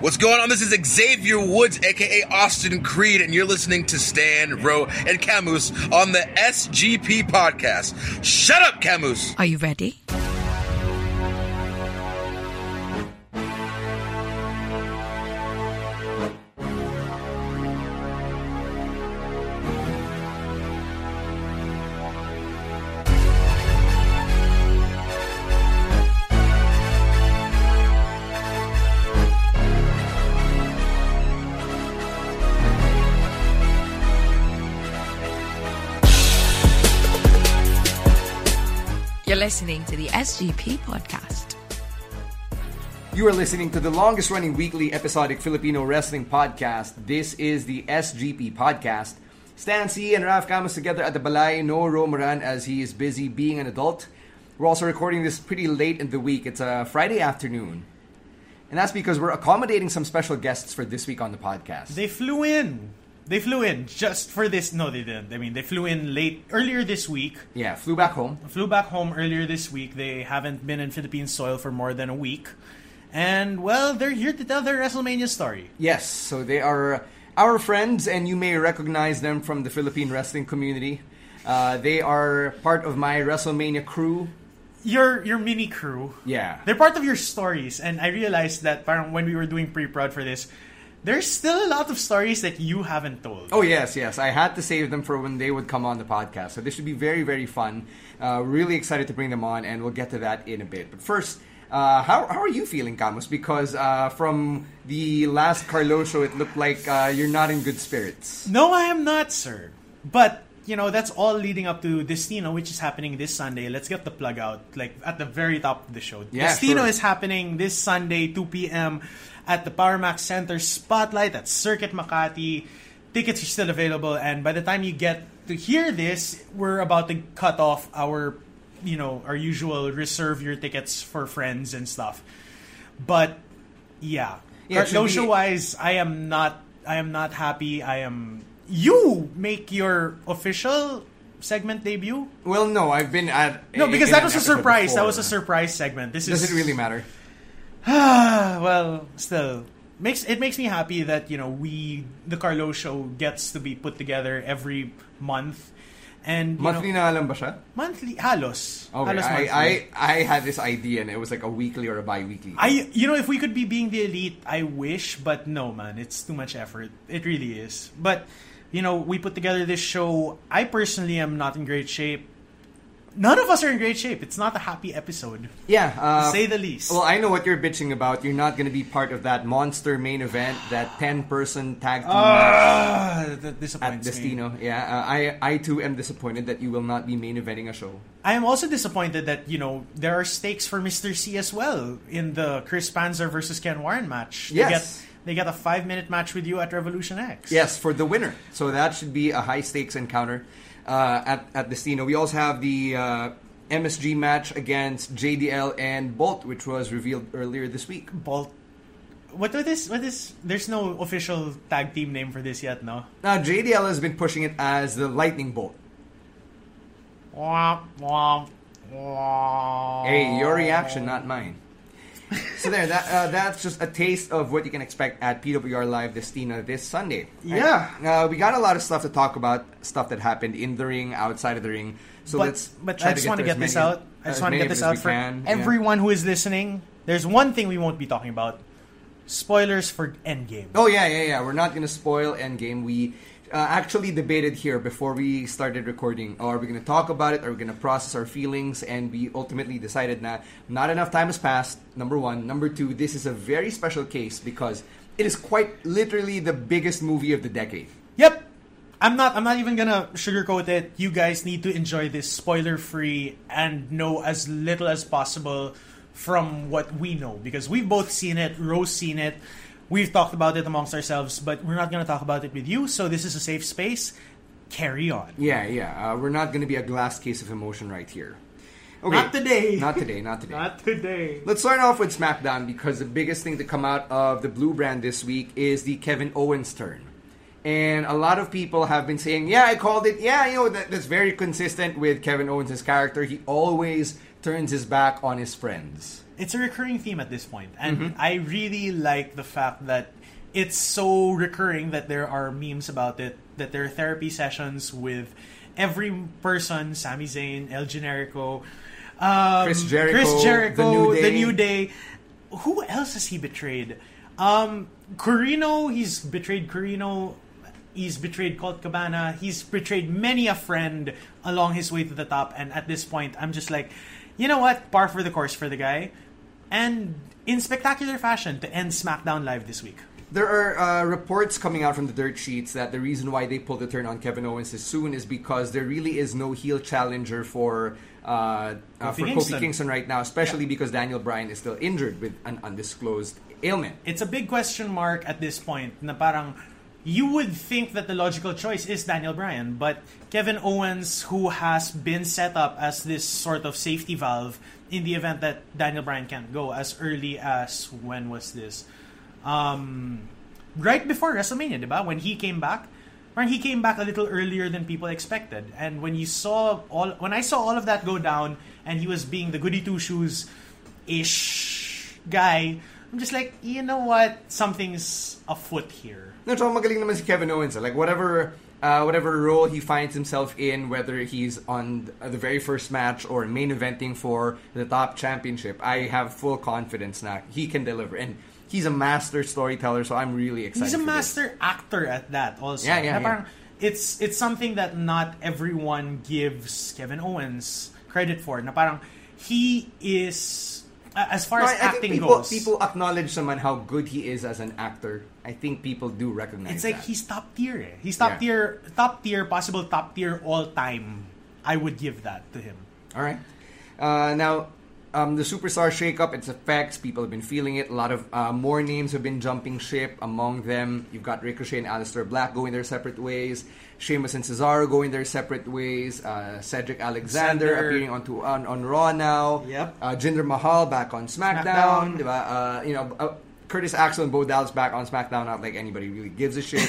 What's going on? This is Xavier Woods, aka Austin Creed, and you're listening to Stan, Rowe, and Camus on the SGP podcast. Shut up, Camus! Are you ready? You're listening to the SGP podcast. You are listening to the longest running weekly episodic Filipino wrestling podcast. This is the SGP podcast. Stan C and Raf Camus together at the Balay No Romaran as he is busy being an adult. We're also recording this pretty late in the week. It's a Friday afternoon. And that's because we're accommodating some special guests for this week on the podcast. They flew in. They flew in just for this. No, they didn't. I mean, they flew in late earlier this week. Yeah, flew back home. Flew back home earlier this week. They haven't been in Philippine soil for more than a week. And well, they're here to tell their WrestleMania story. Yes, so they are our friends, and you may recognize them from the Philippine wrestling community. Uh, they are part of my WrestleMania crew. Your your mini crew. Yeah. They're part of your stories and I realized that parang when we were doing pre-prod for this, there's still a lot of stories that you haven't told. Oh yes, yes. I had to save them for when they would come on the podcast. So this should be very, very fun. Uh, really excited to bring them on, and we'll get to that in a bit. But first, uh, how how are you feeling, Camus? Because uh, from the last Carlo show, it looked like uh, you're not in good spirits. No, I am not, sir. But you know, that's all leading up to Destino, which is happening this Sunday. Let's get the plug out, like at the very top of the show. Yeah, sure. Destino is happening this Sunday, 2 p.m. at the Powermax Center Spotlight at Circuit Makati. Tickets are still available, and by the time you get to hear this, we're about to cut off our, you know, our usual reserve your tickets for friends and stuff. But yeah, Yeah, yeah it should be- wise, I am not. I am not happy. I am. You make your official segment debut. Well, no, I've been at No, because in that an was a episode surprise. That before. was a surprise segment. This Does is uh, it really matter? well, still makes it makes me happy that you know we the Carlo show gets to be put together every month and you Monthly know, na alam ba siya? monthly halos Okay, halos monthly. I, I, I had this idea and it was like a weekly or a bi-weekly. I you know if we could be being the elite, I wish, but no man, it's too much effort. It really is. But you know, we put together this show. I personally am not in great shape. None of us are in great shape. It's not a happy episode, yeah, to uh, say the least. Well, I know what you're bitching about. You're not going to be part of that monster main event, that 10-person tag team match Ah, that disappoints at me. Destino. Yeah, uh, I, I too am disappointed that you will not be main eventing a show. I am also disappointed that you know there are stakes for Mr. C as well in the Chris Panzer versus Ken Warren match. They Yes. get they get a five minute match with you at Revolution X. Yes, for the winner. So that should be a high stakes encounter uh, at at Destino. We also have the uh, MSG match against JDL and Bolt, which was revealed earlier this week. Bolt. What what is what is? There's no official tag team name for this yet, no. Now JDL has been pushing it as the Lightning Bolt. Womp womp womp. Hey, your reaction, not mine. so there, that uh, that's just a taste of what you can expect at PWR Live Destina this Sunday. Yeah. I- uh, we got a lot of stuff to talk about, stuff that happened in the ring, outside of the ring. So but, let's. but try I just want to to get as this many- out. I as just want to many get of this as out we for can. Yeah. everyone who is listening. There's one thing we won't be talking about: spoilers for Endgame. Oh yeah, yeah, yeah. We're not gonna spoil Endgame. We uh, actually debated here before we started recording. Oh, Are we gonna talk about it? Are we gonna process our feelings? And we ultimately decided that not enough time has passed. Number one, number two. This is a very special case because it is quite literally the biggest movie of the decade. Yep. I'm not I'm not even gonna sugarcoat it. You guys need to enjoy this spoiler free and know as little as possible from what we know because we've both seen it, Rose seen it, we've talked about it amongst ourselves, but we're not going to talk about it with you. So this is a safe space. Carry on. Yeah, yeah. Uh, we're not going to be a glass case of emotion right here. Okay. Not today. Not today. Not today. Not today. Let's start off with SmackDown because the biggest thing to come out of the Blue brand this week is the Kevin Owens turn. And a lot of people have been saying, yeah, I called it. Yeah, you know, that, that's very consistent with Kevin Owens' character. He always turns his back on his friends. It's a recurring theme at this point, and I really like the fact that it's so recurring that there are memes about it. That there are therapy sessions with every person: Sami Zayn, El Generico, um, Chris Jericho, Chris The Jericho, New Day. The New Day. Who else has he betrayed? Um, Corino, he's betrayed Corino. He's betrayed Colt Cabana. He's betrayed many a friend along his way to the top. And at this point, I'm just like, you know what? Par for the course for the guy. And in spectacular fashion to end SmackDown Live this week. There are uh, reports coming out from the dirt sheets that the reason why they pulled the turn on Kevin Owens is soon is because there really is no heel challenger for uh, uh, for Kingston. Kofi Kingston right now, especially because Daniel Bryan is still injured with an undisclosed ailment. it's a big question mark at this point na parang you would think that the logical choice is Daniel Bryan, but Kevin Owens, who has been set up as this sort of safety valve in the event that Daniel Bryan can't go as early as when was this? Um, right before WrestleMania, diba? When he came back, when he came back a little earlier than people expected, and when you saw all, when I saw all of that go down, and he was being the goody two shoes ish guy, I'm just like, you know what? Something's afoot here. No, tsaka magaling naman si Kevin Owens. ah. Like whatever uh, whatever role he finds himself in, whether he's on th- the very first match or main eventing for the top championship, I have full confidence now he can deliver. And he's a master storyteller, so I'm really excited. He's a for this. master actor at that also. Yeah, yeah, Na yeah. parang It's it's something that not everyone gives Kevin Owens credit for. Na parang he is a- as far No, I, as I think acting people, goes. people acknowledge naman how good he is as an actor. I think people do recognize it's like that. he's top tier. Eh. He's Yeah. top tier, top tier, possible top tier all time. I would give that to him. All right. Uh, now, um, the superstar shakeup, its effects, people have been feeling it. A lot of uh, more names have been jumping ship. Among them, you've got Ricochet and Aleister Black going their separate ways. Sheamus and Cesaro going their separate ways. Uh, Cedric Alexander Alexander. appearing on, to, on, on Raw now. Yep. Uh, Jinder Mahal back on SmackDown. SmackDown. di ba? Uh, you know, uh, Curtis Axel and Bo Dallas back on SmackDown. Not like anybody really gives a shit.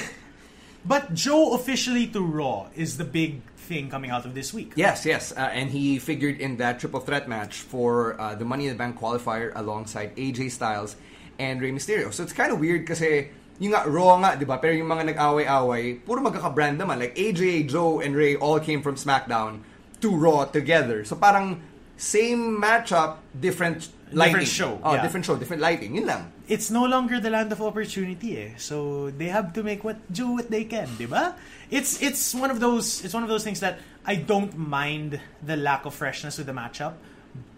But Joe officially to Raw is the big thing coming out of this week. Yes, yes, uh, and he figured in that triple threat match for uh, the Money in the Bank qualifier alongside AJ Styles and Rey Mysterio. So it's kind of weird kasi yung nga, Raw nga, di ba? Pero yung mga nag-away-away, puro magkaka-brand naman. Like AJ, Joe, and Rey all came from SmackDown to Raw together. So parang same matchup, different lighting. show, Oh, yeah. different show, different lighting. Yun lang. it's no longer the land of opportunity eh. so they have to make what do what they can di ba? it's it's one of those it's one of those things that i don't mind the lack of freshness with the matchup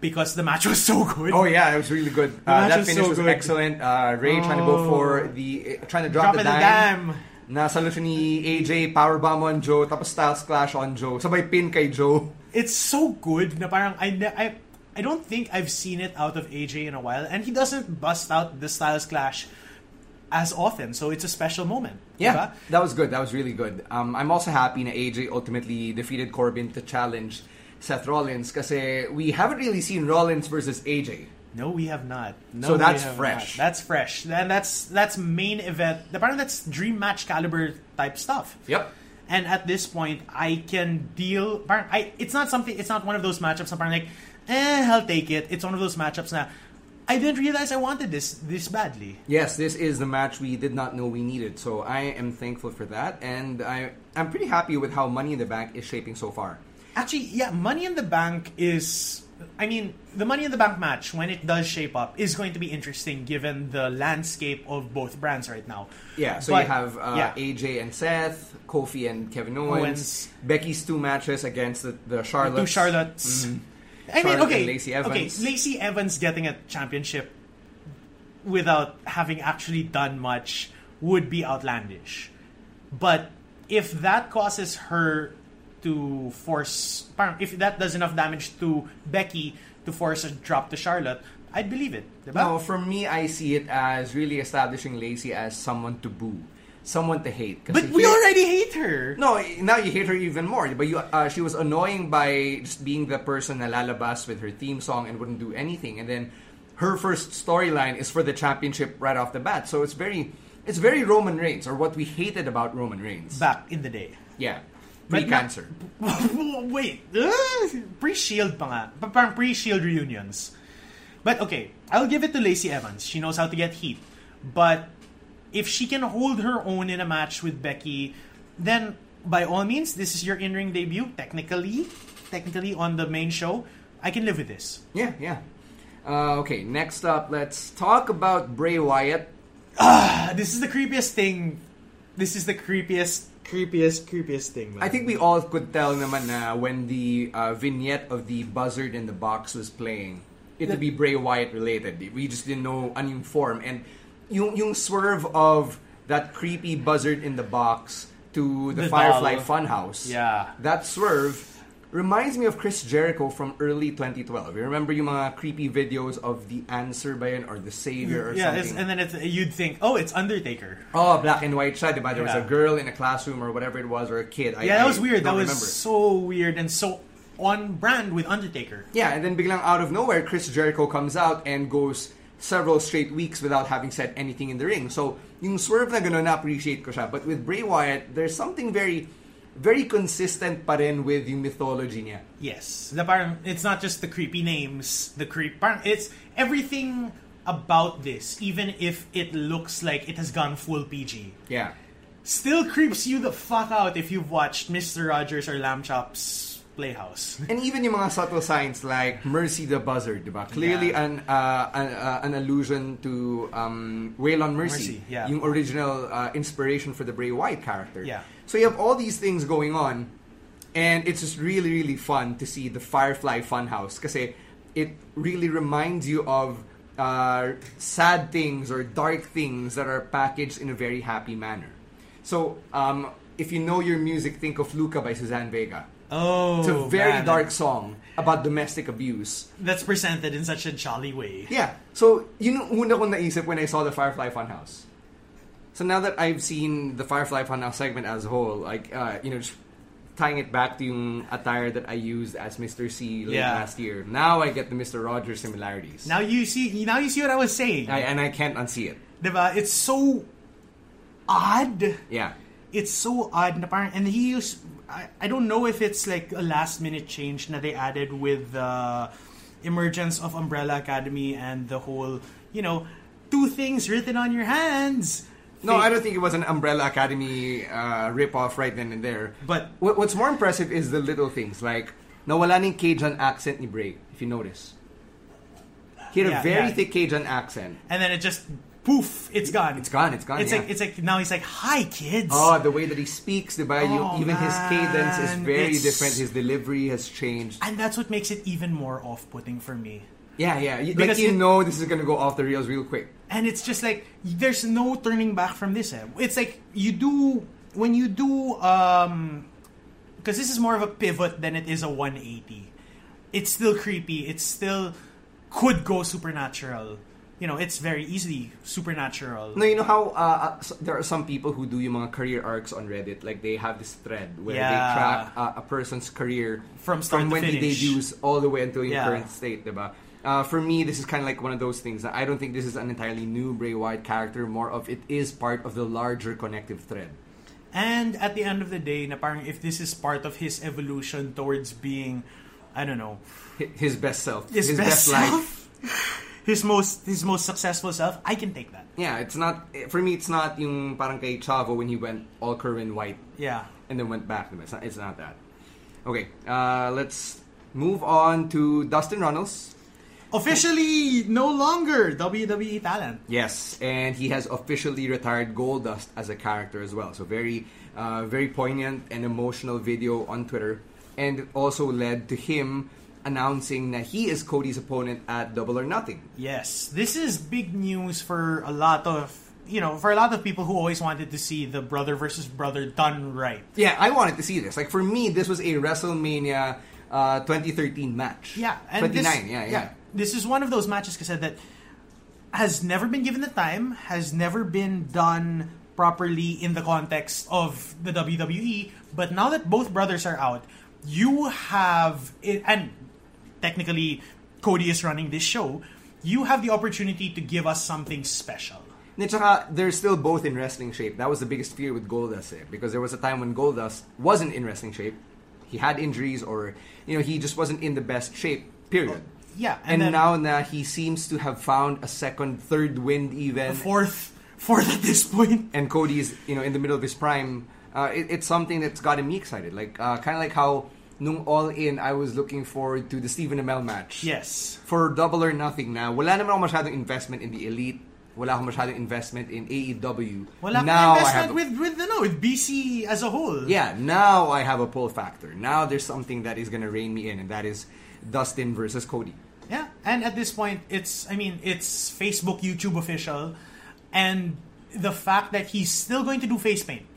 because the match was so good Oh yeah, it was really good. match Uh, that was finish so was good. excellent. Uh, Ray trying to go Oh. for the uh, trying to drop, the Drop it the dime. dime. Nasalo siya ni AJ, powerbomb on Joe, tapos Styles Clash on Joe. Sabay pin kay Joe. it's so good na parang I, ne- I I don't think I've seen it out of AJ in a while and he doesn't bust out the Styles Clash as often so it's a special moment diba? that was good. That was really good. Um, I'm also happy na AJ ultimately defeated Corbin to challenge Seth Rollins kasi we haven't really seen Rollins versus AJ. No, we have not. No, So we that's have fresh. not. That's fresh. And that's that's main event. Apparently, that's dream match caliber type stuff. Yep. And at this point, I can deal. Parang, I it's not something. It's not one of those matchups. I'm parang like, eh, I'll take it. It's one of those matchups now. I didn't realize I wanted this this badly. Yes, this is the match we did not know we needed, so I am thankful for that, and I I'm pretty happy with how Money in the Bank is shaping so far. Actually, yeah, Money in the Bank is. I mean, the Money in the Bank match, when it does shape up, is going to be interesting given the landscape of both brands right now. Yeah, so But- you have uh, yeah. AJ and Seth, Kofi and Kevin Owens, Owens. Becky's two matches against the, the Charlotte. Two Charlottes. I mean, Mm-hmm. Charlotte okay, and Lacey Evans. okay, Lacey Evans getting a championship without having actually done much would be outlandish. But if that causes her to force, parang if that does enough damage to Becky to force a drop to Charlotte, I'd believe it. Diba? No, for me, I see it as really establishing Lacey as someone to boo, someone to hate. Kasi But we here- already hate her. No, now you hate her even more. But you, uh, she was annoying by just being the person na lalabas with her theme song and wouldn't do anything. And then her first storyline is for the championship right off the bat. So it's very, it's very Roman Reigns or what we hated about Roman Reigns. Back in the day. yeah, But pre cancer. Wait. ah, pre-shield pa nga. Pa- Parang pre-shield reunions. But okay, I'll give it to Lacey Evans. She knows how to get heat. But if she can hold her own in a match with Becky, then by all means, this is your in-ring debut. Technically, technically on the main show, I can live with this. Yeah, yeah. Uh, okay, next up, let's talk about Bray Wyatt. Ah, this is the creepiest thing. This is the creepiest, creepiest, creepiest thing. man. I think we all could tell naman na when the uh, vignette of the buzzard in the box was playing, it would be Bray Wyatt related. We just didn't know ano yung form. And yung, yung swerve of that creepy buzzard in the box to the, The Firefly doll. Funhouse, Yeah. that swerve reminds me of Chris Jericho from early 2012. You remember yung mga creepy videos of The Answer ba yun or The Savior or yeah, it's, something? and then it's, you'd think, oh, it's Undertaker. Oh, black and white siya, diba? There was a Yeah. girl in a classroom or whatever it was, or a kid. I- Yeah, that I was weird. That don't was remember. so weird and so on brand with Undertaker. Yeah, and then biglang out of nowhere, Chris Jericho comes out and goes several straight weeks without having said anything in the ring. So, yung swerve na ganun, na-appreciate ko siya. But with Bray Wyatt, there's something very, very consistent pa rin with yung mythology niya. Yes, the parang it's not just the creepy names, the creep. Parang it's everything about this, even if it looks like it has gone full PG. Yeah. Still creeps you the fuck out if you've watched Mr. Rogers or Lamb Chop's Playhouse. And even yung mga subtle signs like Mercy the Buzzard, di ba? Clearly Yeah. an, uh, an, uh, an allusion to um, Waylon Mercy, Mercy, yeah. yung original uh, inspiration for the Bray Wyatt character. Yeah. So you have all these things going on, and it's just really, really fun to see the Firefly Funhouse kasi it really reminds you of uh, sad things or dark things that are packaged in a very happy manner. So, um, if you know your music, think of Luca by Suzanne Vega. Oh, It's a very man. dark song about domestic abuse. That's presented in such a jolly way. Yeah. So, yun yung una kong naisip when I saw the Firefly Funhouse. So now that I've seen the Firefly Funhouse segment as a whole, like, uh, you know, just tying it back to yung attire that I used as Mr. C late Yeah. last year, now I get the Mr. Rogers similarities. Now you see. Now you see what I was saying. I, and I can't unsee it. Diba? It's so odd. Yeah. it's so odd na parang, and he used I, I don't know if it's like a last minute change na they added with the emergence of Umbrella Academy and the whole you know two things written on your hands No, I don't think it was an Umbrella Academy uh, ripoff right then and there. But- what, what's more impressive is the little things like nawala ng Cajun accent ni Bray, if you notice. He had a Yeah, very yeah. thick Cajun accent. and then it just poof it's gone It's gone, it's gone, it's yeah. like it's like now he's like hi kids Oh, the way that he speaks, diba? Oh, you, even his cadence is man, very it's- different. His delivery has changed. and that's what makes it even more off putting for me Yeah, yeah. You, like Because you it- know this is gonna go off the rails real quick. and it's just like there's no turning back from this. Eh. It's like you do when you do um because this is more of a pivot than it is a 180. It's still creepy. It's still could go supernatural. You know, it's very easily supernatural. No, you know how uh, uh, s- there are some people who do yung mga career arcs on Reddit. Like they have this thread where they Yeah. track uh, a person's career From start to when he finish. debuts all the way until your Yeah. current state, diba? Uh, for me, this is kind of like one of those things. that I don't think this is an entirely new Bray Wyatt character. More of it is part of the larger connective thread. And at the end of the day, na parang if this is part of his evolution towards being, I don't know, Hi- His best self, his, best, life. self, his most his most successful self, I can take that. Yeah, it's not for me. It's not yung parang kay Chavo when he went all Kerwin White Yeah. and then went back. It's not, it's not that. Okay, uh, let's move on to Dustin Runnels. Officially, no longer WWE talent. Yes, and he has officially retired Goldust as a character as well. So very, uh, very poignant and emotional video on Twitter, and it also led to him announcing that he is Cody's opponent at Double or Nothing. Yes, this is big news for a lot of you know for a lot of people who always wanted to see the brother versus brother done right. Yeah, I wanted to see this. Like for me, this was a WrestleMania uh, 2013 match. Yeah, and 29. this, yeah, yeah. this is one of those matches kasi that has never been given the time, has never been done properly in the context of the WWE. But now that both brothers are out, you have and technically Cody is running this show. You have the opportunity to give us something special. And tsaka, they're still both in wrestling shape. That was the biggest fear with Goldust eh, because there was a time when Goldust wasn't in wrestling shape. He had injuries or, you know, he just wasn't in the best shape, period. Yeah, And, Oh. and, then now na he seems to have found a second, third wind even. fourth, fourth at this point. and Cody is you know in the middle of his prime, uh, it, it's something that's gotten me excited. Like uh, kind of like how nung all in I was looking forward to the Stephen Amell match. Yes. For double or nothing na wala naman ako masyadong investment in the elite. Wala akong masyadong investment in AEW. Wala kang now I investment have a- with with no with BC as a whole. yeah, now I have a pull factor. Now there's something that is gonna rein me in, and that is Dustin versus Cody. Yeah, and at this point, it's I mean, it's Facebook, YouTube official, and the fact that he's still going to do face paint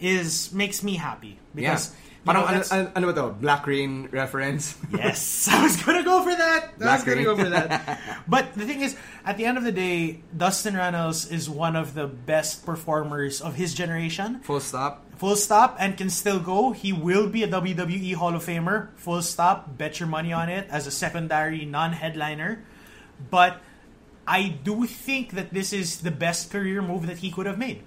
is makes me happy Yeah. because you Parang know, ano, that's- ano, ano ba to? Black Rain reference? yes, I was gonna go for that. I was Black gonna ring. go for that. But the thing is, at the end of the day, Dustin Reynolds is one of the best performers of his generation. Full stop. Full stop and can still go. He will be a WWE Hall of Famer. Full stop. Bet your money on it as a secondary non headliner. But I do think that this is the best career move that he could have made.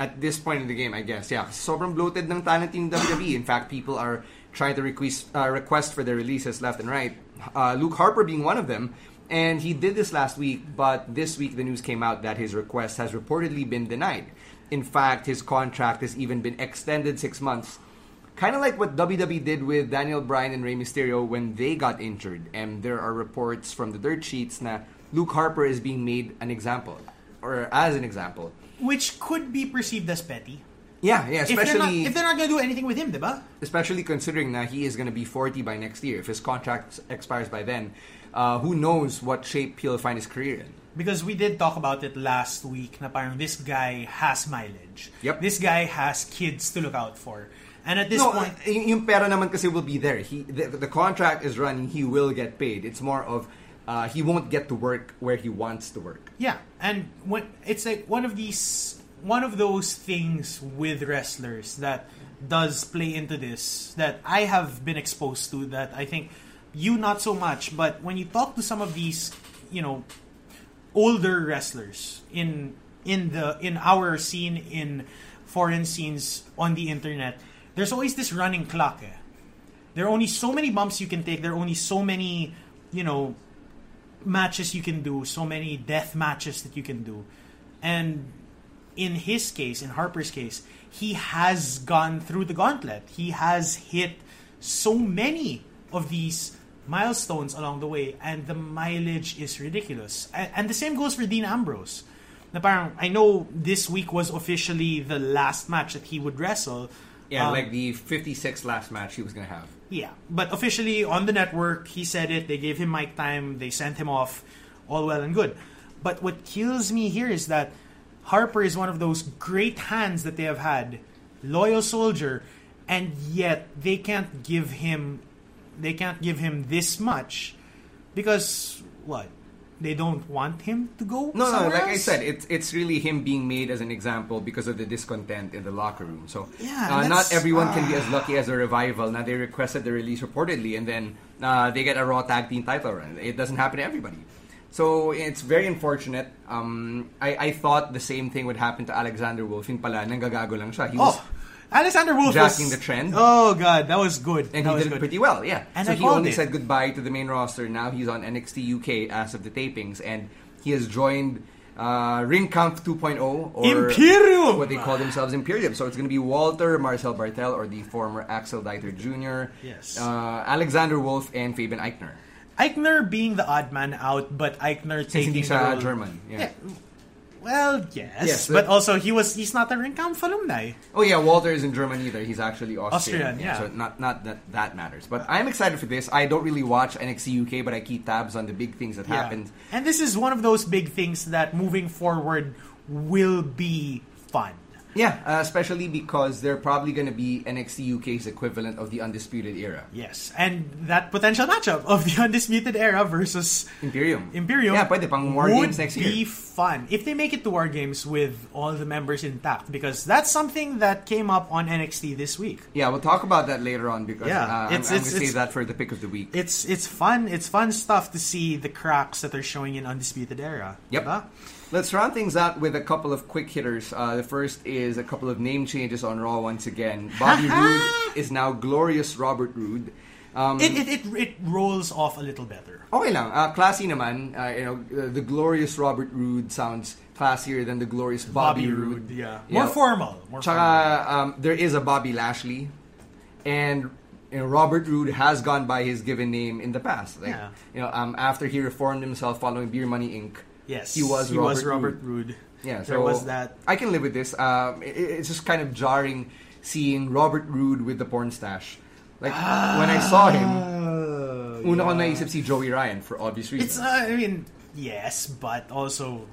at this point in the game, I guess, yeah. Sobrang bloated ng talent yung WWE. E. In fact, people are trying to request, uh, request for their releases left and right. Uh, Luke Harper being one of them. And he did this last week, but this week the news came out that his request has reportedly been denied. In fact, his contract has even been extended six months. Kind of like what WWE did with Daniel Bryan and Rey Mysterio when they got injured. And there are reports from the dirt sheets na Luke Harper is being made an example, or as an example. Which could be perceived as petty. Yeah, yeah, If they're not, especially if they're not going to do anything with him, diba? especially considering that he is going to be 40 by next year. If his contract s- expires by then, uh, who knows what shape he'll find his career in? Because we did talk about it last week na parang this guy has mileage. Yep. This guy has kids to look out for. And at this no, point, uh, y- yung pera naman kasi will be there. He the, the contract is running. He will get paid. It's more of uh, he won't get to work where he wants to work. Yeah, and when it's like one of these, one of those things with wrestlers that does play into this that I have been exposed to. That I think you not so much, but when you talk to some of these, you know, older wrestlers in in the in our scene in foreign scenes on the internet, there's always this running clock. eh. There are only so many bumps you can take. There are only so many, you know, matches you can do, so many death matches that you can do. And in his case, in Harper's case, he has gone through the gauntlet. He has hit so many of these milestones along the way, and the mileage is ridiculous. And, and the same goes for Dean Ambrose. Na parang, I know this week was officially the last match that he would wrestle. Yeah, Um, like the 56 last match he was going to have. yeah, but officially on the network, he said it. They gave him mic time. They sent him off. All well and good. But what kills me here is that Harper is one of those great hands that they have had, loyal soldier, and yet they can't give him, they can't give him this much, because what? They don't want him to go. No, no, somewhere like I else? said, it's it's really him being made as an example because of the discontent in the locker room. So Yeah, uh, not that's- ah. everyone can be as lucky as a revival. Now they requested the release reportedly, and then uh, they get a Raw Tag Team title run. It doesn't happen to everybody. So it's very unfortunate. Um, I, I thought the same thing would happen to Alexander Wolf. Yun pala, nanggagago lang siya. He was, Oh, Alexander Wolf Jacking the was- trend. Oh God, that was good. and that he was did it good. pretty well, yeah. And so I he called only it. said goodbye to the main roster. Now he's on NXT UK as of the tapings, and he has joined uh, Ring Kampf 2.0 or Imperium! what they call themselves Imperium. So it's going to be Walter, Marcel Bartel, or the former Axel Dieter Jr., Yes. uh, Alexander Wolf, and Fabian Eichner. Eichner being the odd man out, but Eichner Since taking hindi the siya role- uh, German. Yeah. Well, yes, Yes, that- but also he was—he's not a Ringkampf alumni. Oh yeah, Walter isn't German either. He's actually Austrian. Austrian, yeah. So not not that that matters. But I'm excited for this. I don't really watch NXT UK, but I keep tabs on the big things that happened. Yeah. And this is one of those big things that moving forward will be fun. Yeah, uh, especially because they're probably going to be NXT UK's equivalent of the Undisputed Era. Yes, and that potential matchup of the Undisputed Era versus Imperium. Imperium Yeah, pwede pang War would Games next be year. fun if they make it to War Games with all the members intact because that's something that came up on NXT this week. Yeah, we'll talk about that later on because Yeah, uh, I'm, I'm it's- it's- going to it's- save that for the pick of the week. It's it's fun. It's fun stuff to see the cracks that they're showing in Undisputed Era. Yep. diba? Let's round things out with a couple of quick hitters. Uh, the first is a couple of name changes on Raw once again. Bobby Roode is now Glorious Robert Roode. Um, It, it it it rolls off a little better. okay lang. Uh, classy naman. Uh, you know, uh, the Glorious Robert Roode sounds classier than the Glorious Bobby, Roode. yeah. Yeah. More formal. More formal. Tsaka, um, there is a Bobby Lashley, and you know, Robert Roode has gone by his given name in the past. Like, Yeah. You know, um, after he reformed himself following Beer Money Inc. Yes, he was he Robert was Robert Roode. Roode. Yeah, there so was that. I can live with this. Um, it, it's just kind of jarring seeing Robert Roode with the porn stash. Like when I saw him, Uh, una ko naisip si Joey Ryan for obvious reasons. It's uh, I mean yes, but also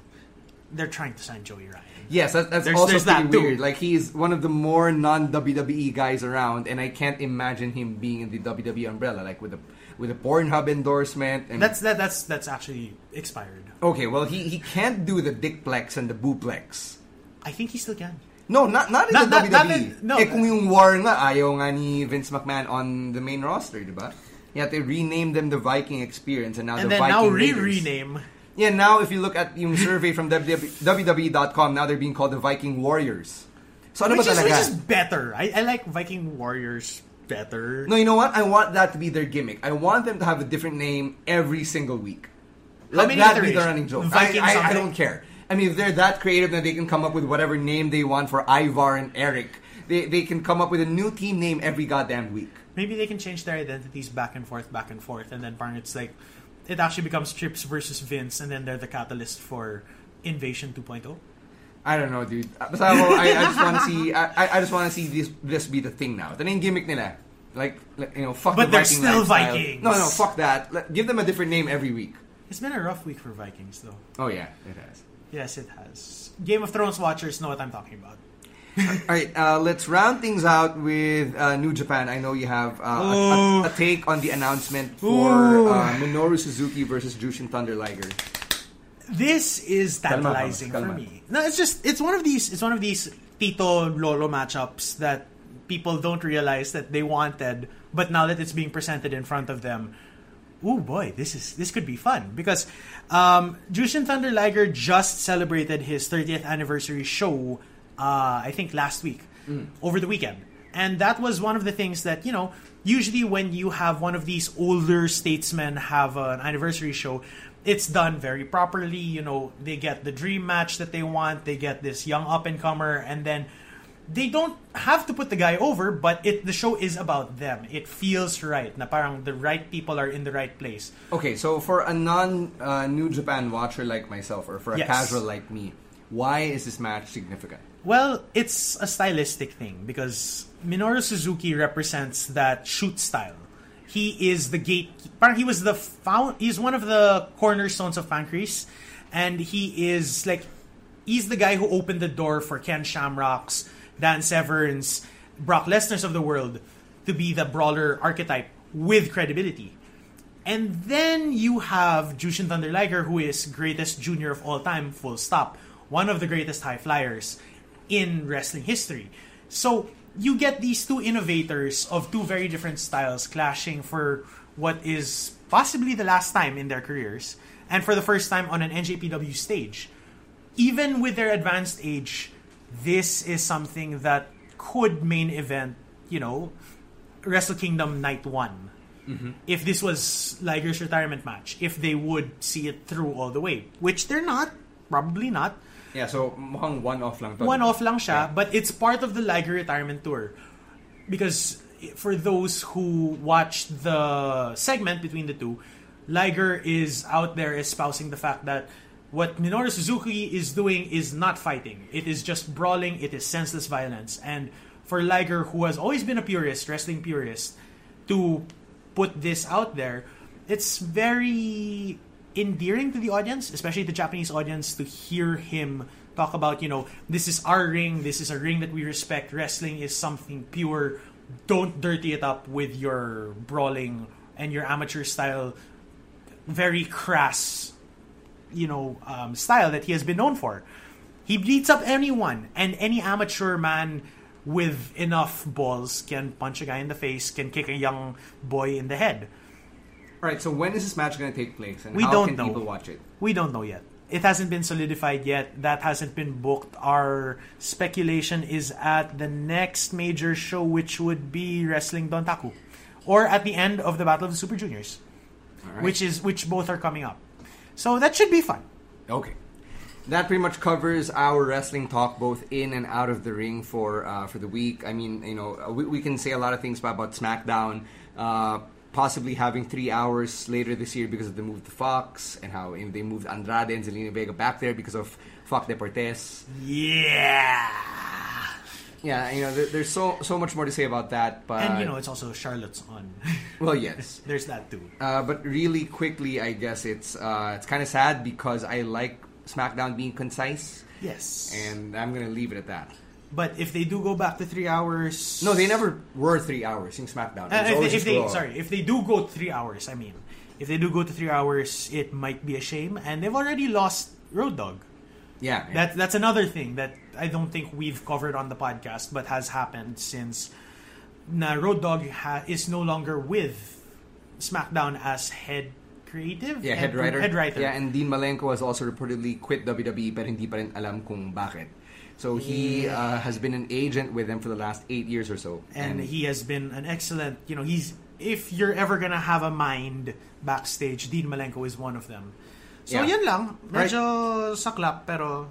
they're trying to sign Joey Ryan. Yes, that, that's There's- also there's pretty that too. weird. Like he's one of the more non WWE guys around, and I can't imagine him being in the WWE umbrella, like with a with a Pornhub endorsement. And That's that that's that's actually expired. okay. Well, he he can't do the dickplex and the booplex. I think he still can. No, not not in Not- the not- WWE. not in- no. Eh kung yung war nga ayaw nga ni Vince McMahon on the main roster, di ba? Yeah, they renamed them the Viking Experience, and now And the then Viking now Raiders. re-rename. Yeah, now if you look at yung survey from WWE.com, now they're being called the Viking Warriors. So ano Which ba is, which talaga? is better. I, I like Viking Warriors better. No, you know what? I want that to be their gimmick. I want them to have a different name every single week. How Let many that be the iterations? running joke. I, Viking I, I something? don't care. I mean, if they're that creative, then they can come up with whatever name they want for Ivar and Eric. They, they can come up with a new team name every goddamn week. Maybe they can change their identities back and forth, back and forth, and then parang it's like it actually becomes Trips versus Vince, and then they're the catalyst for Invasion oh. 2.0. I don't know, dude. Uh, Basta ako, I, I just want to see. I, I- I just want to see this this be the thing now. Ito na yung gimmick nila. Like, like, you know, fuck. But the they're Viking still lifestyle. Vikings. No, no, fuck that. Let- Give them a different name every week. It's been a rough week for Vikings, though. Oh yeah, it has. Yes, it has. Game of Thrones watchers know what I'm talking about. All right, uh, let's round things out with uh, New Japan. I know you have uh, a, a, a take on the announcement for Ooh. uh, Minoru Suzuki versus Jushin Thunder Liger. This is Calma, tantalizing calma. for me. No, it's just it's one of these it's one of these Tito Lolo matchups that people don't realize that they wanted, but now that it's being presented in front of them, oh boy, this is this could be fun because um, Jushin Thunder Liger just celebrated his 30th anniversary show. Uh, I think last week, Mm. over the weekend, and that was one of the things that you know. Usually, when you have one of these older statesmen have an anniversary show, it's done very properly. You know, they get the dream match that they want. They get this young up and comer, and then they don't have to put the guy over, but it the show is about them. It feels right. Na parang the right people are in the right place. Okay, so for a non uh, New Japan watcher like myself, or for a Yes. casual like me, why is this match significant? Well, it's a stylistic thing because Minoru Suzuki represents that shoot style. He is the gate. Parang he was the found. He's one of the cornerstones of Pancrase, and he is like he's the guy who opened the door for Ken Shamrocks, Dan Severns, Brock Lesnar's of the world to be the brawler archetype with credibility. And then you have Jushin Thunder Liger, who is greatest junior of all time, full stop. One of the greatest high flyers in wrestling history. So you get these two innovators of two very different styles clashing for what is possibly the last time in their careers and for the first time on an NJPW stage even with their advanced age, this is something that could main event, you know, Wrestle Kingdom Night One. If this was Liger's retirement match, if they would see it through all the way, which they're not, probably not. Yeah, so mukhang one off lang to. One off lang siya, but it's part of the Liger retirement tour. Because for those who watched the segment between the two, Liger is out there espousing the fact that what Minoru Suzuki is doing is not fighting. It is just brawling, it is senseless violence. And for Liger, who has always been a purist, wrestling purist, to put this out there, it's very endearing to the audience, especially the Japanese audience, to hear him talk about, you know, this is our ring, this is a ring that we respect, wrestling is something pure, don't dirty it up with your brawling and your amateur style, very crass, you know, um, style that he has been known for. He beats up anyone, and any amateur man with enough balls can punch a guy in the face, can kick a young boy in the head. Right. So when is this match going to take place, and We how don't can know. people watch it? We don't know yet. It hasn't been solidified yet. That hasn't been booked. Our speculation is at the next major show, which would be Wrestling Dontaku, or at the end of the Battle of the Super Juniors, which is which both are coming up. So that should be fun. Okay. That pretty much covers our wrestling talk, both in and out of the ring for uh, for the week. I mean, you know, we, we can say a lot of things about, about SmackDown, uh, possibly having three hours later this year because of the move to Fox and how you know, they moved Andrade and Zelina Vega back there because of Fuck Deportes. Yeah. Yeah, you know, there, there's so so much more to say about that. But And you know, it's also Charlotte's on. well, yes. There's that too. Uh, but really quickly, I guess it's uh, it's kind of sad because I like SmackDown being concise, Yes. and I'm gonna leave it at that. but if they do go back to three hours, No, they never were three hours in SmackDown. It Uh, was if always they, if just they- Raw. sorry, if they do go to three hours, I mean, if they do go to three hours, it might be a shame. And they've already lost Road Dog. Yeah. yeah. That that's another thing that I don't think we've covered on the podcast, but has happened since. Na Road Dog ha- is no longer with SmackDown as head creative. yeah, and head pro- writer. Head writer. Yeah, and Dean Malenko has also reportedly quit WWE pero hindi pa rin alam kung bakit. So he uh, has been an agent with them for the last eight years or so. and he has been an excellent you know he's if you're ever gonna have a mind backstage Dean Malenko is one of them so Yeah. yan lang medyo saklap pero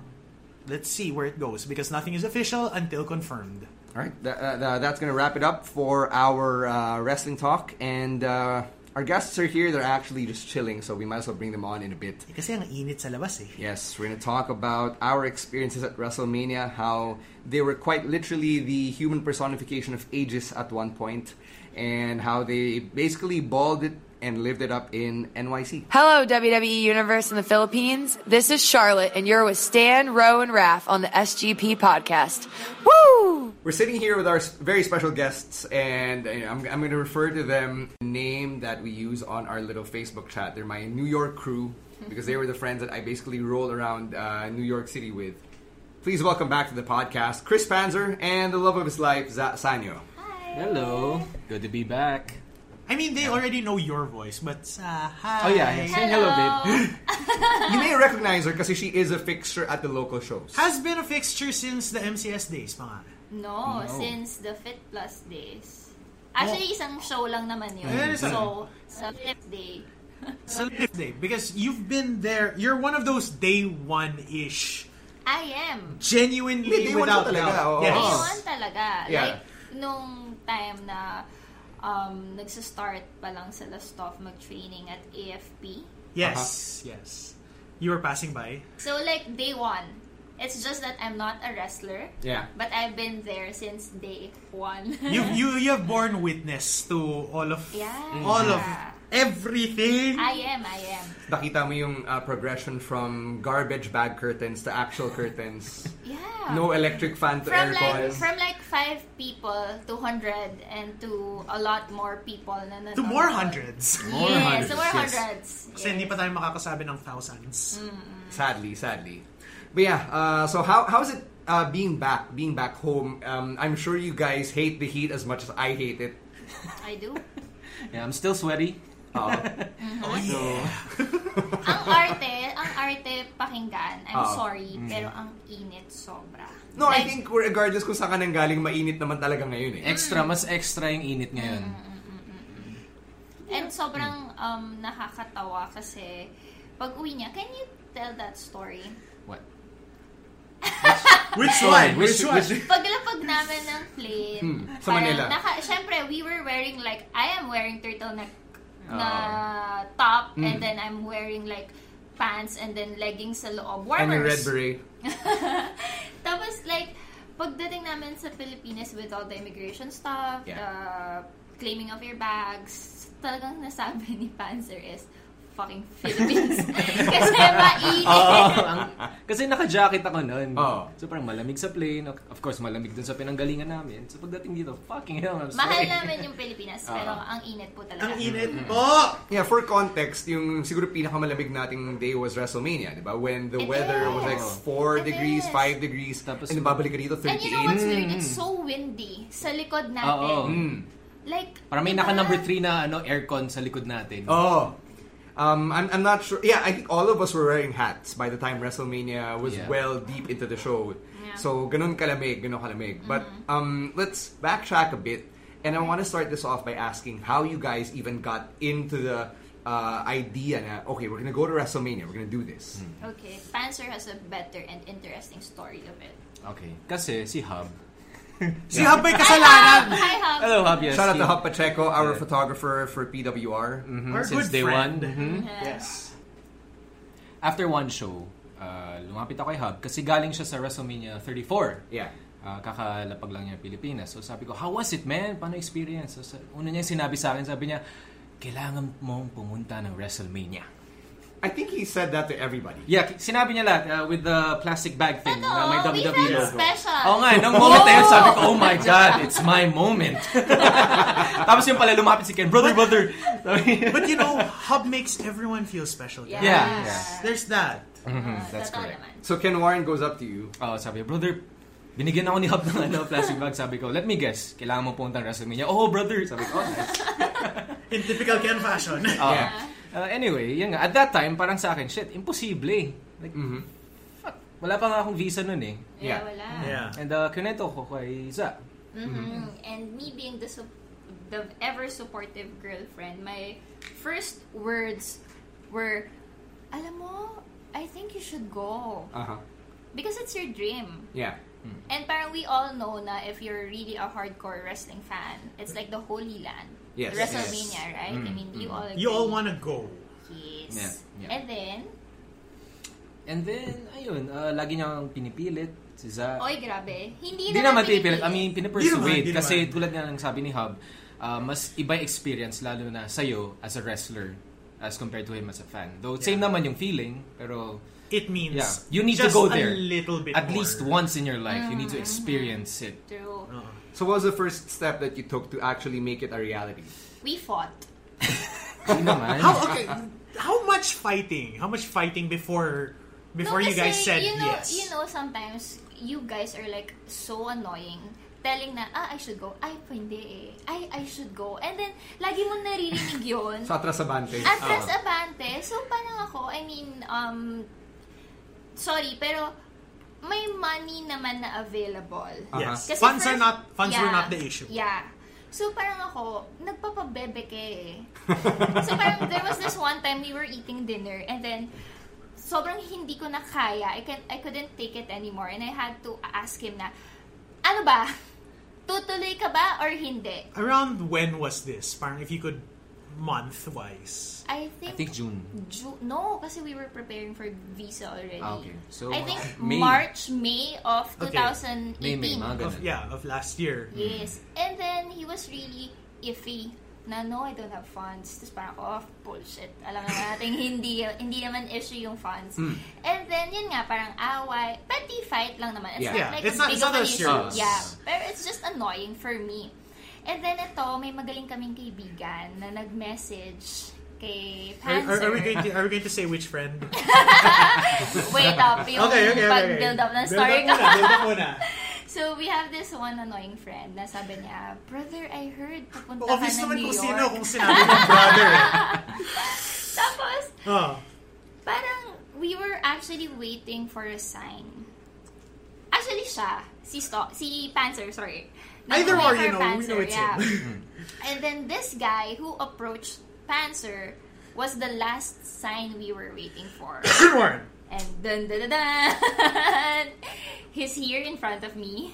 let's see where it goes because nothing is official until confirmed All right, th- uh, th- that's going to wrap it up for our uh, wrestling talk. And uh, our guests are here. They're actually just chilling, so we might as well bring them on in a bit. kasi ang init sa labas eh Yes, we're going to talk about our experiences at WrestleMania, how they were quite literally the human personification of ages at one point, and how they basically balled it and lived it up in NYC. Hello, WWE Universe in the Philippines. This is Charlotte, and you're with Stan, Roe, and Raph on the SGP podcast. Woo! We're sitting here with our s- very special guests, and uh, I'm, I'm going to refer to them the name that we use on our little Facebook chat. They're my New York crew because they were the friends that I basically roll around uh, New York City with. Please welcome back to the podcast Chris Panzer and the love of his life, Za Sanyo. Hello, good to be back. I mean they already know your voice but sa hi Oh yeah, yeah. saying hello, babe. You may recognize her because she is a fixture at the local shows. has been a fixture since the MCS days mga No, since the Fit Plus days. Actually, Oh. isang show lang naman yun. Yeah, isang- So, sa Fit Day. sa lift day because you've been there you're one of those day one ish I am. genuinely Hindi, day one without ka talaga, doubt oo. yes Day Yun talaga. Oh. Yeah. Like, nung time na um, nagsistart pa lang sila stop mag-training at AFP. Yes, Uh-huh. yes. You were passing by. So, like, day one. It's just that I'm not a wrestler. Yeah. But I've been there since day one. You you you have borne witness to all of Yeah. all of everything. I am, I am. Nakita mo yung uh, progression from garbage bag curtains to actual curtains. Yeah. No electric fan to from air like coils. from like five people to hundred and to a lot more people na nanonood. to more hundreds. More yes, hundreds, to more yes. Mm-hmm. hundreds. Kasi hindi pa tayo makakasabi ng thousands. Sadly, sadly. But yeah, uh, so how how's it uh, being back, being back home? Um, I'm sure you guys hate the heat as much as I hate it. I do. Yeah, I'm still sweaty. Oh, ang arte, ang arte pakinggan. I'm Ah. Oo. sorry, Mm. pero ang init sobra. No, I Like, think regardless kung saan ka nang galing, mainit naman talaga ngayon eh. Extra, mas extra yung init ngayon. And sobrang um, nakakatawa kasi pag uwi niya, can you tell that story? What? Which one? one? Which Which- one? Paglapag namin ng plane, Hmm, sa Manila. Naka, syempre, we were wearing like, I am wearing turtleneck na Ah. top Hmm. and then I'm wearing like pants and then leggings sa loob. And a red Warmers. beret. Tapos like, pagdating namin sa Pilipinas with all the immigration stuff, uh, the claiming of your bags, talagang nasabi ni Panzer is, fucking Philippines. Kasi mainit. Ang- kasi naka-jacket ako noon. Oo. So parang malamig sa plane. Of course, malamig dun sa pinanggalingan namin. So pagdating dito, fucking hell, I'm Mahal sorry. namin yung Pilipinas, pero ang init po talaga. Ang init Mm-hmm. po! Yeah, for context, yung siguro pinakamalamig nating day was WrestleMania, di ba? When the It weather was is. like 4 It degrees, is. 5 degrees, tapos Tapos and yung- babalik ka dito 38. And you know what's weird? It's so windy sa likod Mm. Oo. natin. Like, Parang may diba? naka number 3 na ano aircon sa likod natin. Oh. Um, I'm, I'm not sure. Yeah, I think all of us were wearing hats by the time WrestleMania was Yeah. well deep into the show. Yeah. Mm-hmm. So, ganun kalamig, ganun kalamig. But um, let's backtrack a bit. And I want to start this off by asking how you guys even got into the uh, idea na, okay, we're going to go to WrestleMania, we're going to do this. Hmm. Okay, Panzer has a better and interesting story of it. Okay. Kasi si Hub. Si Hub may kasalanan! Hi, Hub! Hello Hub, yes. Shout out to si- Hop Pacheco, our photographer for PWR. Our Since day friend. one. Mhm. Yes. After one show, uh, lumapit ako kay Hub kasi galing siya sa WrestleMania 34. Yeah. Ah, kakalapag lang niya Pilipinas. So sabi ko, how was it, man? Paano experience? So, sa- una niya sinabi sa akin, sabi niya, kailangan mong pumunta ng WrestleMania. I think he said that to everybody. Yeah, k- sinabi niya lahat uh, with the plastic bag thing Ano, na may we felt WWE logo. special. Oo nga, eh, nung moment na yun, sabi ko, oh my God, it's my moment. Tapos yung pala lumapit si Ken, brother, brother. Sabi niya. But you know, Hub makes everyone feel special. guys. Yeah. Hmm, There's that. that's Totoo correct. naman. So Ken Warren goes up to you. Oo, sabi niya, brother, binigyan ako ni Hub ng ano, plastic bag. Sabi ko, let me guess, kailangan mo pumunta ng WrestleMania. Oh, brother. Sabi ko, oh, nice. In typical Ken fashion. Yeah. Uh, anyway, yun nga. At that time, parang sa akin, shit, imposible eh. Like, fuck, wala pa nga akong visa nun eh. Yeah. Yeah, wala. yeah. And uh, kinento ko kay Za. Mhm. And me being the, sup- the ever supportive girlfriend, my first words were, alam mo, I think you should go. Uh-huh. Because it's your dream. Yeah. And parang we all know na if you're really a hardcore wrestling fan, it's like the Holy Land. Yes. WrestleMania, right? I mean, you all You all agree. want to go. Yes. Yeah, yeah. And then, And then, ayun, uh, lagi niyang pinipilit si Za. oy grabe, hindi Hindi na naman pinipilit. I mean, Hindi naman, pinipursuade. hindi Kasi naman. tulad nga ng sabi ni Hub, uh, mas iba yung experience lalo na sa'yo as a wrestler as compared to him as a fan. Though same Yeah. naman yung feeling, pero It means yeah, you need just to go a there. little bit At more. least once in your life, you need Mm-hmm. to experience it. True. Oh. So what was the first step that you took to actually make it a reality? We fought. Hindi naman. How okay? How much fighting? How much fighting before before No, you guys kasi, said you know, yes? You know, sometimes you guys are like so annoying telling na, ah, I should go. Ay, hindi eh. Ay, I should go. And then, lagi mong naririnig yun. So atrasabante. Ah. Oh. Atras Abante. So, parang ako, I mean, um, sorry, pero may money naman na available. Uh-huh. Yes. Kasi Ah. Funds first- are not funds were not the issue. Yeah. So parang ako, nagpapabebe ka eh. so parang there was this one time we were eating dinner and then sobrang hindi ko na kaya. I, can, I couldn't take it anymore and I had to ask him na, ano ba? Tutuloy ka ba or hindi? Around when was this? Parang if you could month wise. I I think, think June. Ju- no, kasi we were preparing for visa already. Ah, okay. So, I think May. March, May of Okay. 2018. May, may, mga Of, ganun. yeah, of last year. Yes. And then he was really iffy na no, I don't have funds. Tapos parang, oh, bullshit. Alam naman natin, hindi, hindi naman issue yung funds. Hmm. And then, yun nga, parang away. Petty fight lang naman. It's Yeah. not Yeah. like It's it's not- big it's not of an that issue. serious. Yeah. Pero it's just annoying for me. And then ito, may magaling kaming kaibigan na nag-message kay Are, are, Panzer. are we going to are we going to say which friend? Wait up, yung Okay, okay, okay. pag-build up Build ng story muna, ko. build up muna. So, we have this one annoying friend na sabi niya, Brother, I heard pupunta Obvious ka ng naman New kung York. sino kung sinabi ng brother. Tapos, Oh. parang we were actually waiting for a sign. Actually siya, si, Sto- si Panzer, sorry. Either Nag-wait or, for you know, we know it's yeah. him. And then this guy who approached Panzer was the last sign we were waiting for. Sure. and dun dun dun dun! He's here in front of me.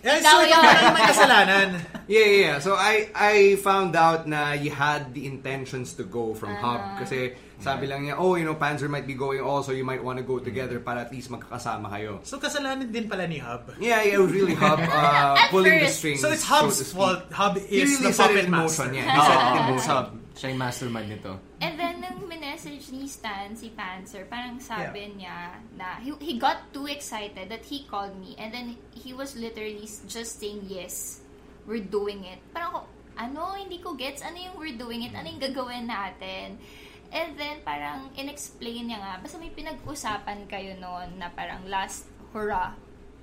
Eh, Ikaw so, ikaw yun. na naman kasalanan. Yeah, yeah, yeah. So I I found out na you had the intentions to go from Ah. Hub kasi sabi lang niya, oh, you know, Panzer might be going also, you might want to go Mm-hmm. together para at least magkakasama kayo. So, kasalanan din pala ni Hub. Yeah, yeah, it was really Hub uh, At pulling the first. strings. So, it's to Hub's speak. fault. Hub He is really set the it puppet in motion, master. Ah. yeah. He set it in It's motion. Hub. Siya yung mastermind nito. And then nung minessage ni Stan, si Panzer, parang sabi niya na he, he got too excited that he called me and then he was literally s- just saying, yes, we're doing it. Parang ako, ano, hindi ko gets, ano yung we're doing it, ano yung gagawin natin. And then parang inexplain niya nga, basta may pinag-usapan kayo noon na parang last hurrah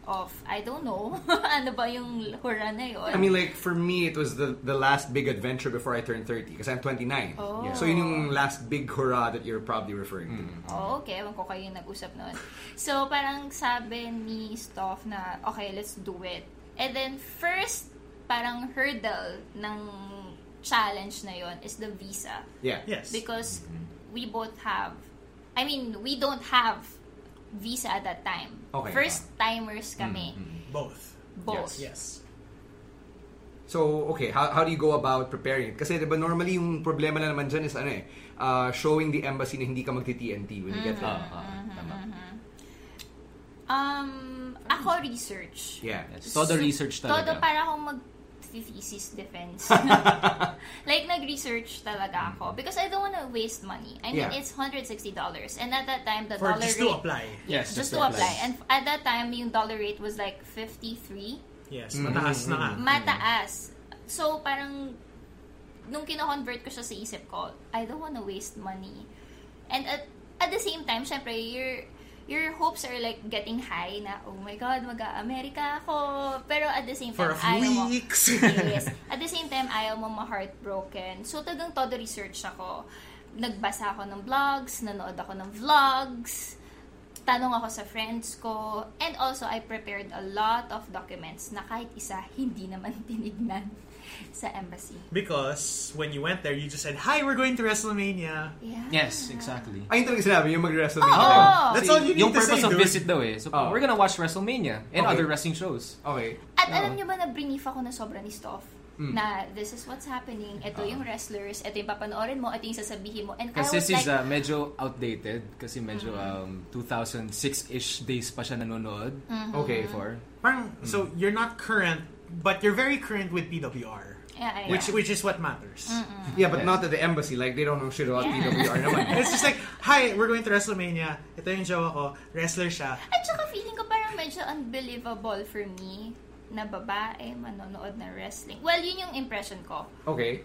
of, I don't know, ano ba yung hurrah na yun? I mean, like, for me, it was the, the last big adventure before I turned 30 because I'm 29. Oh. So yun yung last big hurrah that you're probably referring to. Mm. Oh, okay. Ewan ko kayo yung nag-usap noon. So, parang sabi ni Stoff na, okay, let's do it. And then, first, parang hurdle ng challenge na yon is the visa. Yeah. Yes. Mm-hmm. Because we both have, I mean, we don't have visa at that time. Okay. First timers kami. Both. Both. Mm-hmm. Yes. So, okay, how, how do you go about preparing it? Kasi, di ba, normally yung problema na naman dyan is ano eh, uh, showing the embassy na hindi ka magti-TNT when you Mm-hmm. get there. Ah, tama. Um, ako research. Yeah. Yes, Todo research Todo talaga. para akong mag thesis defense. like, nag-research talaga ako. Because I don't wanna waste money. I mean, Yeah. it's $160. And at that time, the For dollar just rate... to apply. Yes, Just to apply. And f- at that time, yung dollar rate was like 53. Yes, mataas na nga. Mm-hmm. Mataas. So, parang, nung kino-convert ko siya sa isip ko, I don't wanna waste money. And at, at the same time, syempre, your, your hopes are like getting high na, oh my God, mag-America ako. Pero at the same For a time, ayaw few mo. weeks. yes. At the same time, ayaw mo ma-heartbroken. So, tagang todo research ako. Nagbasa ako ng blogs, nanood ako ng vlogs, tanong ako sa friends ko, and also I prepared a lot of documents na kahit isa hindi naman tinignan sa embassy. Because when you went there, you just said, Hi, we're going to WrestleMania. Yeah. Yes, exactly. Ayun Ah, talaga sinabi, yung mag-wrestle Ah, Oo. That's all you need Yung to say, purpose of dude. visit daw eh. So, Oh. we're gonna watch WrestleMania and Okay. other wrestling shows. Okay. At alam nyo ba na brief ako na sobra ni Stoff? Hmm. na this is what's happening, ito yung wrestlers, ito yung papanoorin mo, ito yung sasabihin mo. And I Ah. Kasi was si like, Mm-hmm. Za, medyo outdated. Kasi medyo um, 2006-ish days pa siya nanonood. Mm-hmm. Okay. Before. Parang, so you're not current, but you're very current with PWR. Yeah, yeah. Which which is what matters. Yeah, but Yes. not at the embassy. Like, they don't know shit about PWR naman. It's just like, hi, we're going to WrestleMania. Ito yung jowa ko. Wrestler siya. At saka feeling ko parang medyo unbelievable for me na babae manonood ng wrestling. Well, yun yung impression ko. Okay.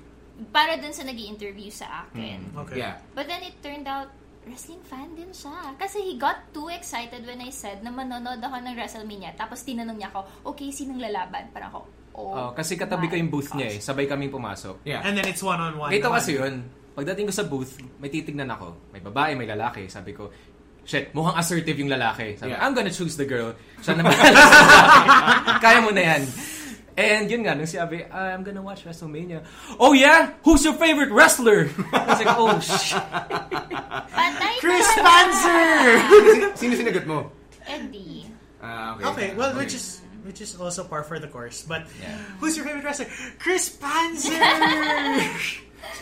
Para dun sa nag interview sa Hmm. akin. Okay. Yeah. But then it turned out, wrestling fan din siya. Kasi he got too excited when I said na manonood ako ng WrestleMania. Tapos tinanong niya ako, okay, sinong lalaban? Parang ako, oh. Oh, kasi katabi my ko yung booth niya eh. gosh." Sabay kaming pumasok. Yeah. And then it's one-on-one. Ito naman. kasi yun. Pagdating ko sa booth, may titignan ako. May babae, may lalaki. Sabi ko, shit, mukhang assertive yung lalaki. Sabi, Yeah. I'm gonna choose the girl. Siya naman. lalaki. Kaya mo na yan. And yun nga, nung sabi, I'm gonna watch WrestleMania. Oh yeah? Who's your favorite wrestler? I was like, oh shit. Patay Chris ka na, Panzer! Sino sinagot mo? Eddie. Ah, okay. Okay, well, Okay. which is which is also par for the course. But Yeah. who's your favorite wrestler? Chris Panzer.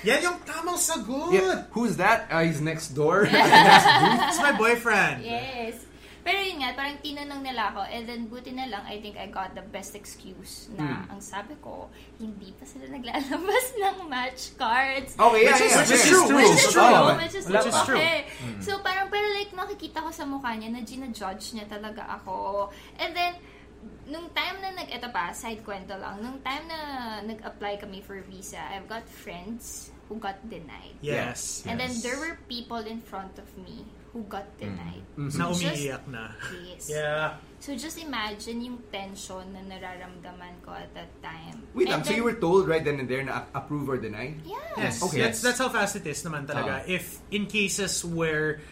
Yan yung tamang sagot. Yeah. Who's that? Uh, he's next door. It's my boyfriend. Yes. Pero yun nga, parang tinanong nila ako and then buti na lang, I think I got the best excuse na Hmm. ang sabi ko, hindi pa sila naglalabas ng match cards. Okay, yeah, Which is- yeah, which yeah. is true. Oh, Which Which is is true. true. Oh. Which is, Which is true. Hmm. Okay. So parang, pero like makikita ko sa mukha niya na ginajudge niya talaga ako. And then, nung time na nag, eto pa, side kwento lang, nung time na nag-apply kami for visa, I've got friends who got denied. Yes. Hmm. And then there were people in front of me who got denied. Mm-hmm. na umiiyak na. Yes. Yeah. So just imagine yung tension na nararamdaman ko at that time. Wait And lang, so you then- were told right then and there na a- approve or deny? Yeah. Yes. Okay. That's that's how fast it is naman Ah. talaga. If in cases where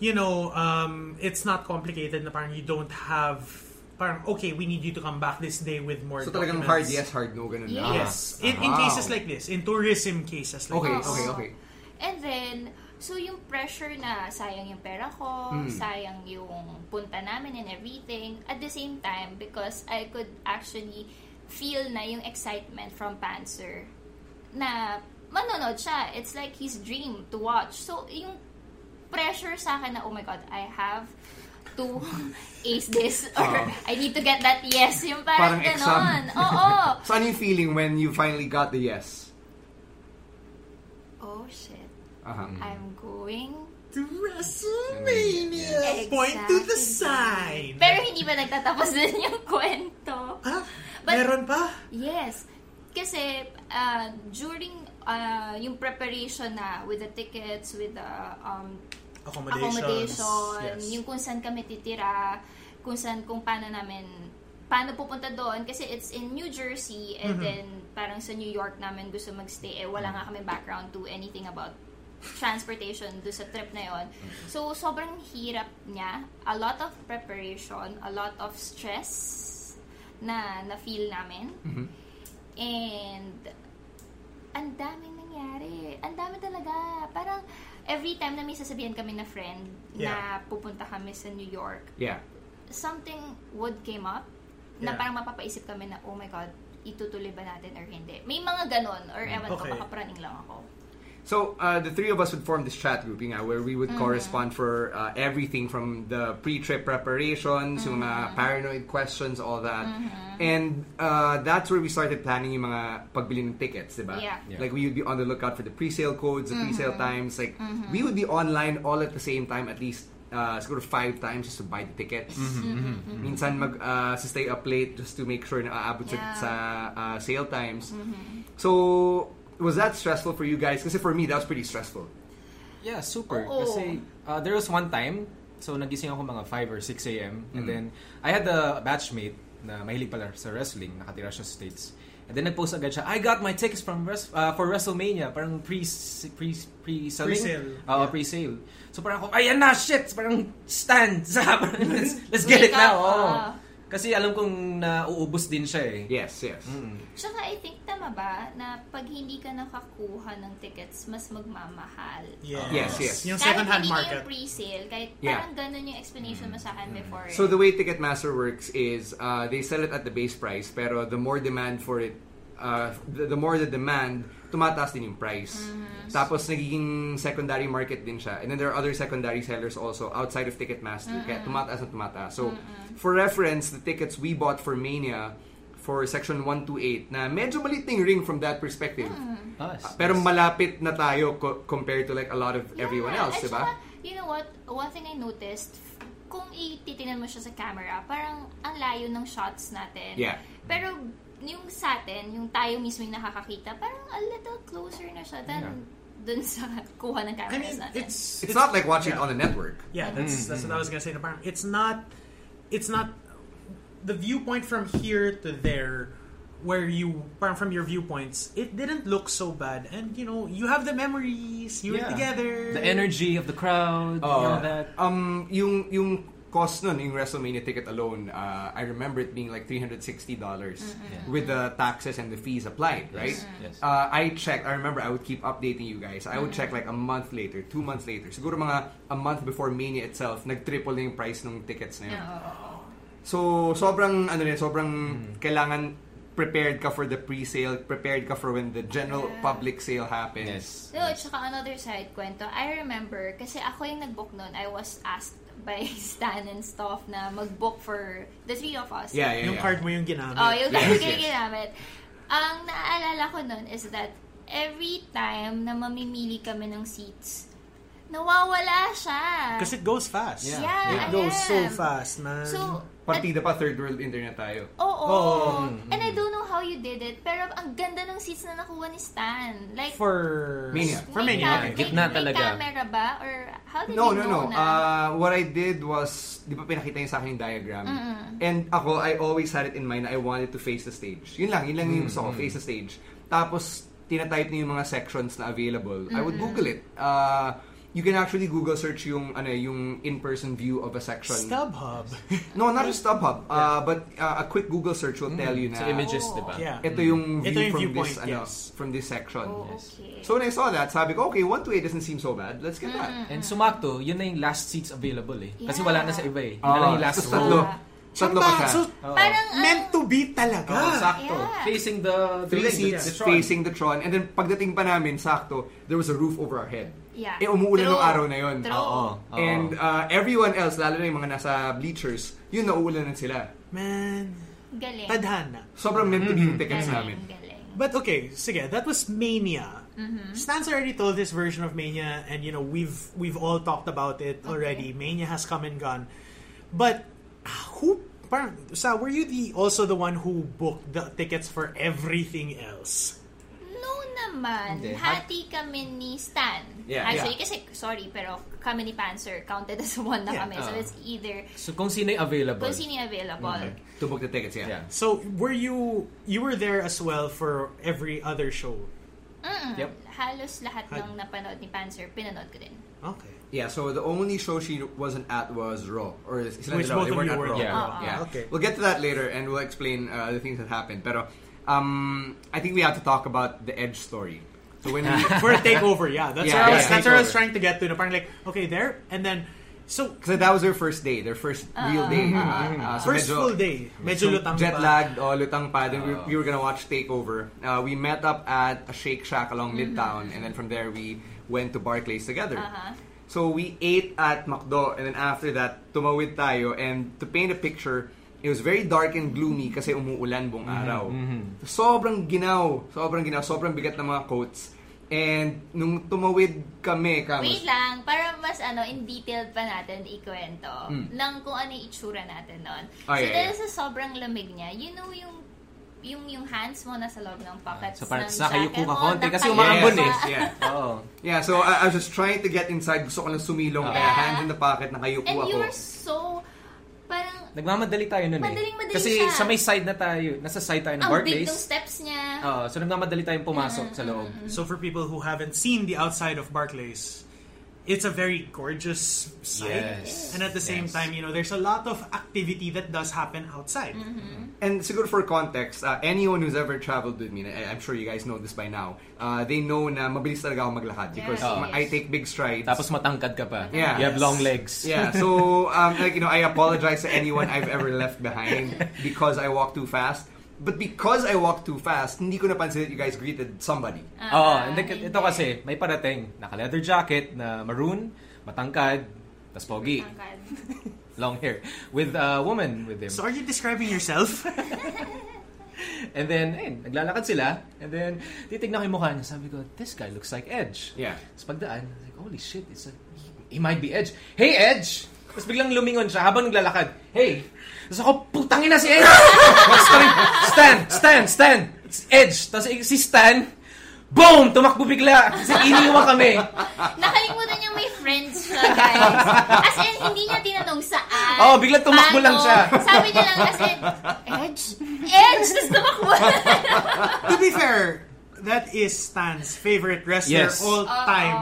you know, um, it's not complicated na parang you don't have parang okay, we need you to come back this day with more So talagang hard documents. yes, Uh-huh. hard no, ganun Yes. lang. Yes. In, in Wow. cases like this, in tourism cases like Okay, this. okay, okay. And then, so yung pressure na sayang yung pera ko, Hmm. sayang yung punta namin and everything. At the same time, because I could actually feel na yung excitement from Panzer na manonood siya. It's like his dream to watch. So, yung pressure sa akin na, oh my God, I have to ace this or I need to get that yes. Yung parang, Ah. Parang ganon. exam. Oo. So ano yung feeling when you finally got the yes? oh, shit. Uh-huh. Mm. I'm going. To WrestleMania! Oh. Exactly. Point to the sign! Pero hindi ba nagtatapos din yung kwento? Ah, But- meron pa? Yes. Kasi uh, during uh, yung preparation na with the tickets, with the um, Accommodations. accommodation, Yes. yung kung saan kami titira, kung saan, kung paano namin, paano pupunta doon. Kasi it's in New Jersey and Mm-hmm. then parang sa New York namin gusto magstay. Eh, wala nga kami background to anything about transportation do sa trip na yon. Mm-hmm. So, sobrang hirap niya. A lot of preparation, a lot of stress na na-feel namin. And ang daming nangyari. Ang dami talaga. Parang every time na may sasabihin kami na friend na pupunta kami sa New York, Yeah. something would came up na Yeah. parang mapapaisip kami na, oh my God, itutuloy ba natin or hindi? May mga ganon or ewan ko, Mm, Okay. baka praning lang ako. So uh, the three of us would form this chat group, yun nga, where we would correspond for uh, everything from the pre-trip preparations, yung mga paranoid questions, all that. And uh, that's where we started planning yung mga pagbili ng tickets, di ba? Yeah. Yeah. Like we would be on the lookout for the pre-sale codes, the pre-sale times. Like we would be online all at the same time, at least uh, siguro five times just to buy the tickets. Minsan mag uh, stay up late just to make sure na aabot sa- Yeah. sa uh, sale times. So, was that stressful for you guys? Kasi for me, that was pretty stressful. Yeah, super. Oo. Kasi uh, there was one time, so nagising ako mga 5 or 6 a.m. And then, I had a batchmate na mahilig pala sa wrestling, nakatira siya sa States. And then nag-post agad siya, I got my tickets from Wres- uh, for WrestleMania, parang pre pre pre Pre-sale. pre-sale. So parang ako, ayan na, shit! Parang stand! Parang, let's, let's get Mm-hmm. it Wake up, now! ah. Oo. Kasi alam kong nauubos din siya eh. Yes, yes. Tsaka I think tama ba na pag hindi ka nakakuha ng tickets, mas magmamahal. Yes, yes. Yung Kahit second-hand hindi market. Mm. yung pre-sale, kahit Yeah. parang ganun yung explanation mo sa akin before. So the way Ticketmaster works is uh, they sell it at the base price, pero the more demand for it, uh, the, the more the demand, tumataas din yung price. Tapos nagiging secondary market din siya. And then there are other secondary sellers also outside of Ticketmaster, kaya tumataas na tumataas. So for reference, the tickets we bought for Mania for section 128 na medyo maliit na yung ring from that perspective. Ah, yes. Pero malapit na tayo co- compared to like a lot of everyone Yeah, else, diba? di at ba? saka, You know what? One thing I noticed, kung ititinan mo siya sa camera, parang ang layo ng shots natin. Yeah. Pero yung sa atin, yung tayo mismo yung nakakakita, parang a little closer na siya than dun sa kuha ng I cameras mean, natin. it's... It's not like watching it yeah. on a network. Yeah, that's that's what I was gonna say. na parang It's not, it's not the viewpoint from here to there, where you parang from your viewpoints. It didn't look so bad, and you know you have the memories. You were Yeah. together. The energy of the crowd, Oo. all that. Um, yung, yung cost nun, yung WrestleMania ticket alone, uh, I remember it being like $360 with the taxes and the fees applied, right? yes. Mm-hmm. Uh, I checked, I remember I would keep updating you guys. I would check like a month later, two months later. Siguro mga a month before Mania itself, nag-triple na yung price ng tickets na yun. So, sobrang, ano rin, sobrang kailangan prepared ka for the pre-sale, prepared ka for when the general public sale happens. Yes. No, tsaka another side kwento. I remember, kasi ako yung nag-book noon, I was asked by Stan and Stoff na mag-book for the three of us. Yeah, yeah, Yung yeah. card mo yung ginamit. Oh, yung Yes, yes, yes. ginamit. Ang naaalala ko nun is that every time na mamimili kami ng seats, nawawala siya. Because it goes fast. yeah, It I goes so am. fast, man. So, at- Partida pa, third world internet tayo. oo. Oo. And I don't know how you did it, pero ang ganda ng seats na nakuha ni Stan. Like, for Mania. For may Mania. cam- Yeah, may- gitna may talaga. camera ba? Or how did No, no, you know no. na? Uh, what I did was, di ba pinakita niya sa akin yung diagram? And ako, I always had it in mind na I wanted to face the stage. Yun lang, yun lang yung gusto ko, face the stage. Tapos, tinatype niya yung mga sections na available. I would Google it. Uh, you can actually Google search yung ano yung in-person view of a section. StubHub. No, not just StubHub. Uh, but uh, a quick Google search will tell you na Sa images, di ba? yeah. ito yung view Ito yung from viewpoint, this ano, yes. from this section. oh, okay. So when I saw that, sabi ko, okay, 128 doesn't seem so bad. Let's get that. And sumakto, yun na yung last seats available eh. Ah. Kasi Yeah. wala na sa iba eh. Yun na Ah, lang yung last so tatlo. row. Tatlo pa siya. So, Parang, ah. ang- meant to be talaga. Oh, sakto. Yeah. Facing the, the Three leg, seats the Tron. facing the Tron. And then pagdating pa namin, sakto, there was a roof over our head. Yeah. Eh, umuulan True. nung araw na yun. True. Oo, oo. And uh, everyone else, lalo na yung mga nasa bleachers, yun, nauulanan sila. Man. galing. Tadhana. Mm-hmm. Mm-hmm. Sobrang meant to be yung tickets Galing, namin. galing. But okay, sige, that was Mania. Stan's already told his version of Mania, and you know we've we've all talked about it already. Mania has come and gone, but who? Parang, sa were you the also the one who booked the tickets for everything else? No naman. Hindi. Hati kami ni Stan. Yeah. Actually, Yeah. kasi, sorry, pero kami ni Panzer counted as one na Yeah. kami. So, Ah. it's either So kung sino yung available. kung sino yung available. To book the tickets, yeah. Yeah. So were you you were there as well for every other show? Yep. Halos lahat Had- ng napanood ni Panzer, pinanood ko din. Okay. Yeah, so the only show she wasn't at was Raw. Or sila Which dalawa, both they of weren't you at were Raw. there. Yeah. Ah, Yeah. Okay. We'll get to that later and we'll explain uh, the things that happened. Pero um, I think we have to talk about the Edge story. So when we, For a takeover, yeah. That's Yeah, where I was yeah. that's where I Takeover. was trying to get to. Na parang like, okay, there and then so Kasi that was their first day, their first Ah. real day. Mm-hmm. Uh, uh, so first medyo- full day. Medyo lutang jet pa. lagged, oh, lutang pa. Then we, we were gonna watch Takeover. Uh, we met up at a Shake Shack along Mm-hmm. Midtown, and then from there we went to Barclays together. Uh-huh. So we ate at McDo, and then after that, tumawid tayo. And to paint a picture, it was very dark and gloomy kasi umuulan buong Mm-hmm. araw. Sobrang ginaw, sobrang ginaw, sobrang bigat ng mga coats. And nung tumawid kami, Wait Kamus, lang, para mas ano, in detail pa natin ikwento Hmm. ng kung ano yung itsura natin noon. Oh, Ah, so yeah, dahil yeah. sa sobrang lamig niya, you know yung yung yung hands mo nasa loob ng pockets So parang ng saka jacket yung mo, kumakonti kasi nakaya umaambon ka. eh. yeah. Oo. Yeah, so I, I was just trying to get inside. Gusto ko lang sumilong. Ah. Kaya Yeah. hands in the pocket, nakayuko And ako. you were so, parang Nagmamadali tayo nun eh. Madaling-madali Kasi siya. sa may side na tayo, nasa side tayo ng ang big Mm-hmm, Barclays. ng steps niya. Oo, so nagmamadali tayong pumasok sa loob. So for people who haven't seen the outside of Barclays, it's a very gorgeous site. Yes. And at the same Yes. time, you know, there's a lot of activity that does happen outside. And siguro for context, uh, anyone who's ever traveled with me, and I, I'm sure you guys know this by now, uh, they know na mabilis talaga ako maglakad because Yes. ma- I take big strides. Tapos matangkad ka pa. Yeah. You have long legs. yeah, so um, like you know, I apologize to anyone I've ever left behind because I walk too fast. But because I walk too fast, hindi ko napansin that you guys greeted somebody. Oo, Ah, hindi, ito kasi, may parating. Naka-leather jacket na maroon, matangkad, tas pogi, Tangkad. long hair. With a woman with him. So are you describing yourself? And then, ayun, naglalakad sila. And then, titignan ko yung mukha niya. Sabi ko, this guy looks like Edge. Yeah. Tapos pagdaan, I was like, holy shit, it's a, he, he might be Edge. Hey, Edge! Tapos biglang lumingon siya habang naglalakad. Hey! Tapos ako, putangin na si Edge! Tapos sabi- Stan! Stan! Stan! It's Edge! Tapos eh, si Stan, boom! Tumakbo bigla. Kasi iniwan kami. Nakalimutan niya may friends siya, guys. As in, hindi niya tinanong saan. Oo, biglang tumakbo paano. lang siya. Sabi niya lang, as in, Edge? Edge! Tapos tumakbo. to be fair, that is Stan's favorite wrestler Yes. all time,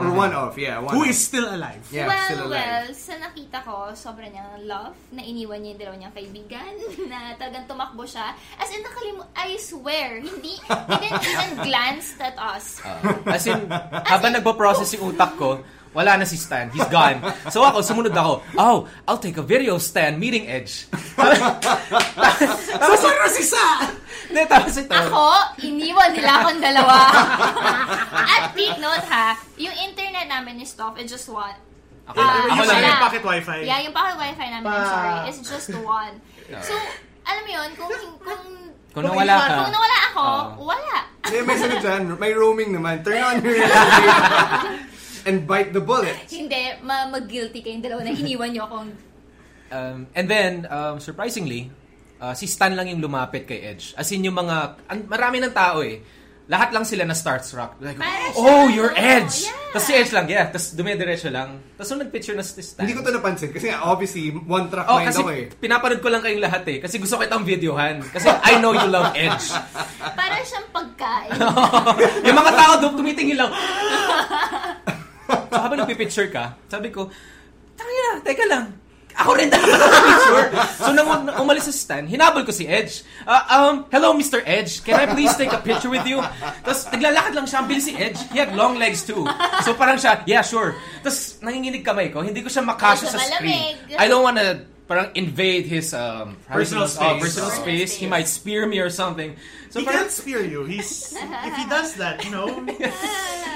Or one of, yeah, one Ah. who of. is still alive. yeah, still well, alive. well, sa nakita ko, sobra niyang love na iniwan niya yung dalawa niyang kaibigan na talagang tumakbo siya. As in, nakalimutan, I swear, hindi, he didn't even glanced at us. As in, habang nagpo-process yung utak ko, wala na si Stan. He's gone. So ako, sumunod ako. Oh, I'll take a video of Stan meeting Edge. tapos, tapos, si Sa! Hindi, tapos ito. Ako, iniwan nila akong dalawa. At peak note ha, yung internet namin is off. It just one. Ako lang. Ah, Ako Yung lang. sa wala. pocket wifi. Yeah, yung pocket wifi namin, I'm Pa- sorry. It's just one. So, alam mo yun, kung... Kung, Kung nawala ka. Oh Ah. Kung nawala ako, Oo. wala. May may sunod dyan, may roaming naman. Turn on your radio and bite the bullet. Hindi, ma- mag-guilty kayong dalawa na iniwan niyo akong... Um, and then, um, surprisingly, uh, si Stan lang yung lumapit kay Edge. As in, yung mga, an- marami ng tao eh. Lahat lang sila na starstruck. Like, Para siya, oh, you're ano, Edge! yeah. Tapos si Edge lang, yeah. Tapos dumidiretso lang. Tapos nung nagpicture na si Stan. Hindi ko to napansin kasi nga, obviously one track Oh, mind kasi ako eh. pinapanood ko lang kayong lahat eh. Kasi gusto kitang videohan. Kasi I know you love Edge. Para siyang pagkain. yung mga tao doon tumitingin lang. so habang nagpipicture ka, sabi ko, Tangina, na, teka lang. Ako rin dapat ako picture. So nang um- umalis sa stand, hinabol ko si Edge. Ah, um, hello Mr. Edge, can I please take a picture with you? Tapos naglalakad lang siya, ang bilis si Edge. He had long legs too. So parang siya, yeah, sure. Tapos nanginginig kamay ko, hindi ko siya makasya Medyo sa screen. malamig. I don't wanna parang invade his um, Personal space. private- oh, personal Personal space. He space. might spear me or something. So He can't parang- spear you. He's if he does that, you know,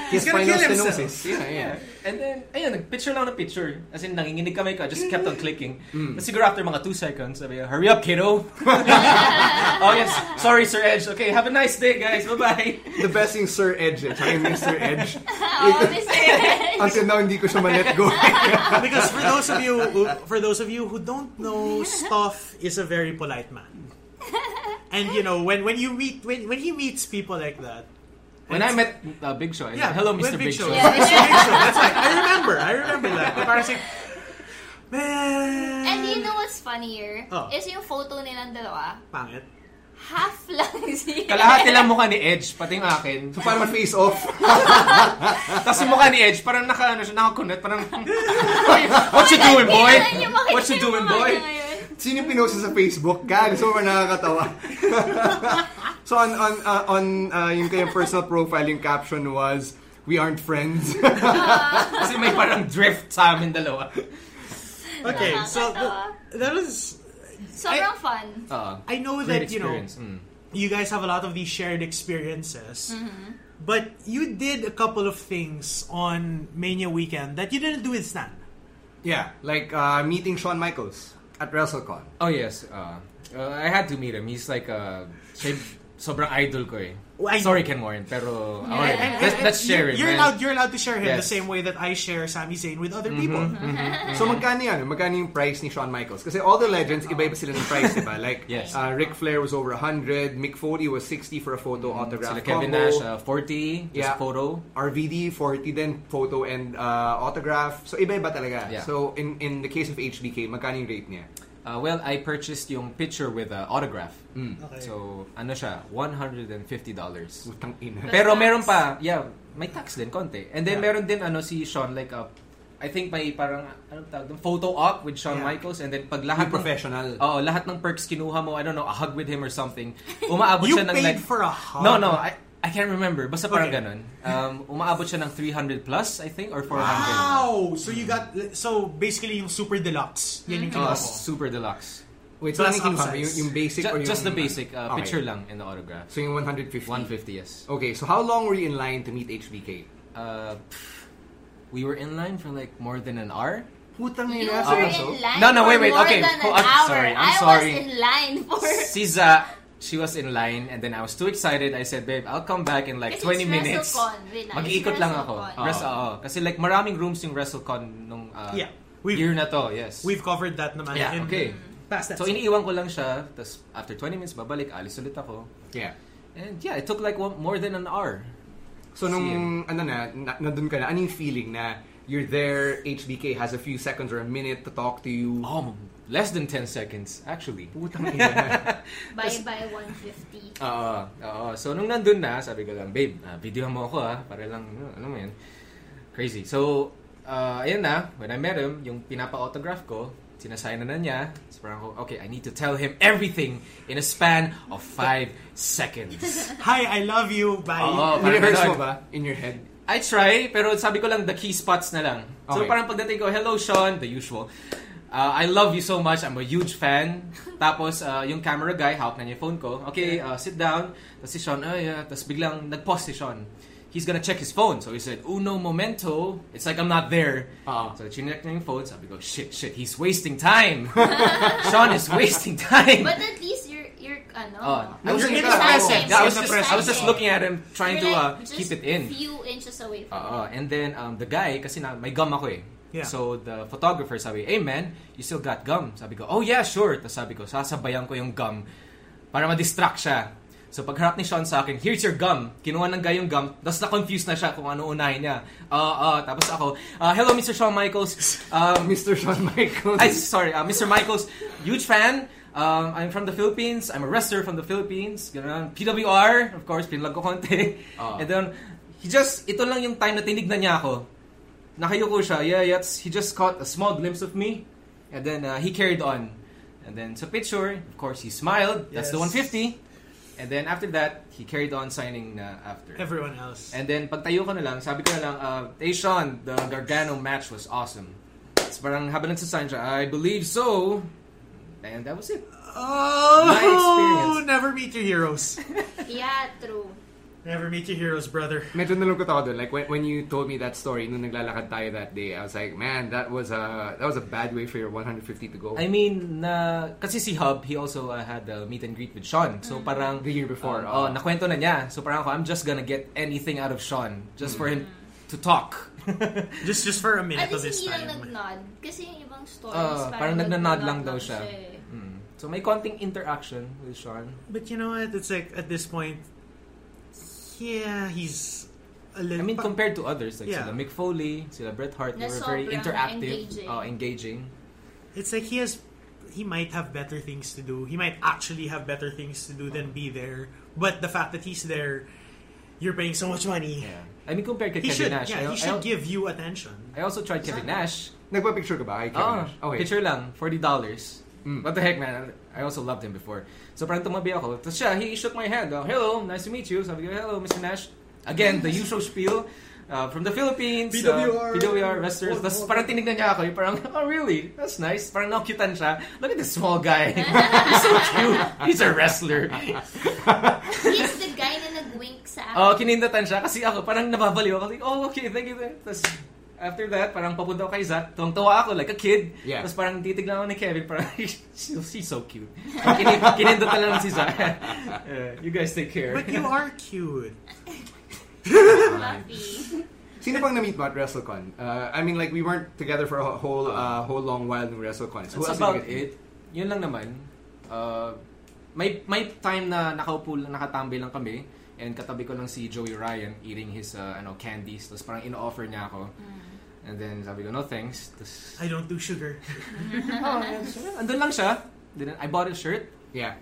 His gonna spinal kill himself. stenosis. Yeah, yeah. And then, ayun, nag-picture lang ng picture. As in, nanginginig kami ka, just kept on clicking. Tapos siguro after mga two seconds, sabi niya, hurry up, kiddo! oh yes, sorry Sir Edge. Okay, have a nice day, guys. Bye-bye. The best yung Sir Edge eh. Tsaka yung Mr. Edge. Oo, Mr. Until now, hindi ko siya ma-let go. because for those of you who, for those of you who don't know, Stoff is a very polite man. And you know when when you meet when when he meets people like that. When I met uh, Big Show, I said, Yeah, hello, when Mr. Big, Show. Mr. Big Show. That's like I remember. I remember that. Parang like, man. And you know what's funnier? Oh. Is yung photo nilang dalawa, pangit. half lang siya. Kalahati lang mukha ni Edge, pati yung akin. So, parang face off. Tapos yung mukha ni Edge, parang naka, ano siya, naka-connect, parang, what you doing, boy? What you doing, boy? Sino pinost sa Facebook? Gag, super nakakatawa. so on on uh, on uh, yung kayong personal profile, yung caption was, We aren't friends. Kasi may parang drift sa amin dalawa. Okay, so th- that was. Sobrang fun. Oo. I know Great that you know experience. Mm. you guys have a lot of these shared experiences. But you did a couple of things on Mania weekend that you didn't do with Stan. yeah, like uh, meeting Shawn Michaels at WrestleCon. Oh yes, uh, uh, I had to meet him. He's like uh, siya, yung sobrang idol ko eh. Oh, I- Sorry Ken Warren, pero ako rin. And- let's, and- let's and share you're, him. You're man. allowed. You're allowed to share him Yes. Mm-hmm, the same way that I share Sami Zayn with other people. So magkano yan? Magkano yung price ni Shawn Michaels? Kasi all the legends, iba-iba sila ng price, diba? Like, Yes. uh, Ric Flair was over 100, Mick Foley was 60 for a photo autograph Mm-hmm. Sila Kevin combo. Nash, uh, 40, just Yeah. photo. RVD 40 then photo and uh, autograph. So iba-iba talaga. Yeah. So in in the case of HBK, magkano yung rate niya? Uh, well, I purchased yung picture with uh, autograph. Mm. Okay. So, ano siya, $150. Utang ina. Pero meron pa, yeah, may tax din, konti. And then meron din, ano, si Sean, like, uh, I think may parang, ano tawag doon, photo op with Shawn Yeah. Michaels. And then pag lahat Yung professional. Ng, oo, lahat ng perks kinuha mo, I don't know, a hug with him or something. Umaabot You siya ng paid like, for a hug. No, no, I, I can't remember. Basta parang Okay. ganun. Um, umaabot siya ng 300 plus, I think, or 400. Wow! So you got so basically yung super deluxe. Yan yung Oh, kinuha ko. super deluxe. Wait, so ano Plus yung, kinuha? upsides. yung, yung basic Ju- or yung... just the basic uh, Okay. picture lang and the autograph. So yung 150. 150, yes. Okay, so how long were you in line to meet HBK? Uh, pff, we were in line for like more than an hour. Putang You ina. were so- in line No, no, for wait, wait, more okay. than an Oh, I'm hour. sorry, I'm I sorry. was in line for... Siza, she was in line and then I was too excited. I said, babe, I'll come back in like Kasi 20 it's minutes. WrestleCon. Wait lang, Mag-iikot it's lang ako. WrestleCon. Rest, oo. Kasi like maraming rooms yung WrestleCon nung uh, Yeah. We've- year na to, yes. We've covered that naman. Yeah, in okay. Past So iniiwan ko lang siya, tapos after 20 minutes babalik, alis ulit ako. Yeah. And yeah, it took like one, more than an hour. So nung ano na, na nandun ka na, ano yung feeling na you're there, HBK has a few seconds or a minute to talk to you? Oh, less than 10 seconds actually. Putang ina. Bye-bye 150. Oo, oo. So nung nandun na, sabi ko lang, babe, ah, videohan mo ako ah, para lang, ano, alam mo yun, crazy. So, ah, ayun na, when I met him, yung pinapa-autograph ko, sinasign na na niya. So parang ako, okay, I need to tell him everything in a span of 5 seconds. Hi, I love you. Bye. Oo, parang Universe mo ganun. ba? In your head? I try, pero sabi ko lang the key spots na lang. So Okay. parang pagdating ko, hello Sean, the usual. Uh, I love you so much. I'm a huge fan. Tapos, uh, yung camera guy, hawak na niya yung phone ko. Okay, uh, sit down. Tapos si Sean, oh yeah. Tapos biglang nag-pause si Sean. He's gonna check his phone. So he said, uno momento. It's like I'm not there. Ah. So chinek na yung phone. Sabi ko, shit, shit, he's wasting time. Sean is wasting time. But at least you're, you're ano, Oh, I You're was in in the the present. present. Yeah, I was You're in just, the I was just present. looking at him, trying you're to uh, like, just keep it in. Ah. few inches away from Oo. it. And then, um, the guy, kasi na, may gum ako eh. Yeah. So, the photographer sabi, Hey man, you still got gum? Sabi ko, oh yeah, sure. Tapos sabi ko, sasabayan ko yung gum para ma-distract siya. So, pagharap ni Sean sa akin, here's your gum. Kinuha ng guy yung gum. Tapos na-confuse na siya kung ano unahin niya. Ah, ah. tapos ako, "Ah, hello Mr. Shawn Michaels. Um, Mr. Oh, Shawn Michaels. I sorry, uh, Mr. Michaels, huge fan. Um, I'm from the Philippines. I'm a wrestler from the Philippines. Ganun. PWR, of course, pinlog ko konti. And then, he just, ito lang yung time na tinignan niya ako. Nakayuko siya. Yeah, yeah. He just caught a small glimpse of me. And then, uh, he carried on. And then, sa picture, of course, he smiled. That's the Yes. 150. And then, after that, he carried on signing na after. Everyone else. And then, pagtayo ko na lang, sabi ko na lang, uh, hey Sean, the Gargano match was awesome. It's parang habang nagsasign siya, I believe so. And that was it. Oh, experience. never meet your heroes. Yeah, true. never meet your heroes, brother. Medyo nalungkot ako dun. Like, when, when you told me that story, nung naglalakad tayo that day, I was like, man, that was a, that was a bad way for your 150 to go. I mean, na kasi si Hub, he also uh, had a meet and greet with Sean. Mm. So parang The year before, uh, oh, oh. nakwento na niya. So parang ako, I'm just gonna get anything out of Sean just for him Mm. to talk. Just just for a At minute of his least hindi lang time. nag-nod. Kasi yung ibang stories, Ah, parang nagnanod lang daw siya. eh. so may konting interaction with Sean. But you know what? It's like at this point, yeah, he's a I little. mean, compared to others, like Yeah. sila Mick Foley, sila Bret Hart, they Na were very sobrang interactive, engaging. oh, engaging. it's like he has, he might have better things to do. He might actually have better things to do than be there. But the fact that he's there, you're paying so much money. Yeah. I mean, compared to He Kevin should, Nash, yeah, I, he I, should give you attention. I also tried Kevin Nash. Nagpa-picture ka ba? Ay, Kevin Oh, Nash. Okay. Mm. picture lang, $40. What the heck, man? I also loved him before. So parang tumabi ako. Tapos siya, he shook my hand. Oh, hello, nice to meet you. Sabi ko, hello, Mr. Nash. Again, the usual spiel. Uh, from the Philippines, uh, PWR. PWR wrestlers. Tapos parang tinignan niya ako. Yung Parang, oh really? That's nice. Parang nakutan siya. Look at this small guy. He's so cute. He's a wrestler. He's the guy na nag-wink sa akin. Oh, kinindatan siya kasi ako parang nababaliw ako. Like, oh, okay, thank you. Tapos, after that, parang papunta ako kay Zach. Tuwang-tuwa ako, like a kid. Yeah. Tapos parang titignan ako ni Kevin, parang, she's, she's so cute. Parang kinin- kinindatan lang si Zach. Eh, you guys take care. But you are cute. Fluffy. Sino pang na-meet mo at WrestleCon? Uh, I mean, like, we weren't together for a whole uh, whole long while nung WrestleCon. So, who Uh-huh. else did That's you about get to meet? it. Yun lang naman. Uh, may may time na nakaupo lang, nakatambay lang kami. And katabi ko lang si Joey Ryan eating his uh, ano candies. Tapos parang in-offer niya ako. And then sabi ko, no thanks. Tapos I don't do sugar. Andun lang siya. Then I bought a shirt. Yeah.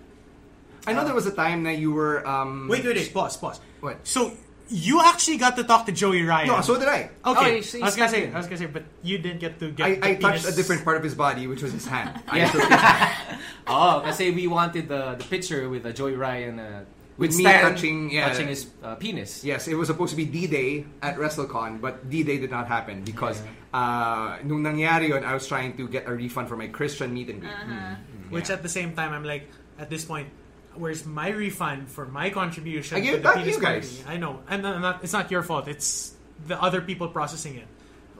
I know there was a time na you were... Um, Wait, wait, wait. Pause, pause. What? So you actually got to talk to Joey Ryan? No, so did I. Oh, Okay, he's- I was he's gonna say, Latin. I was gonna say, but you didn't get to get. I, the I touched penis. a different part of his body, which was his hand. I Yeah. shook his- Oh, kasi we wanted the the picture with uh, Joey Ryan uh, With me Stan touching- yeah. touching his uh, penis. Yes, it was supposed to be D-Day at WrestleCon, but D-Day did not happen because uh, nung nangyari yun, I was trying to get a refund for my Christian meet and greet. Hmm. Which at the same time, I'm like, at this point, where's my refund for my contribution? I gave it to the back to penis you guys. community? I know, and I'm not, it's not your fault. It's the other people processing it.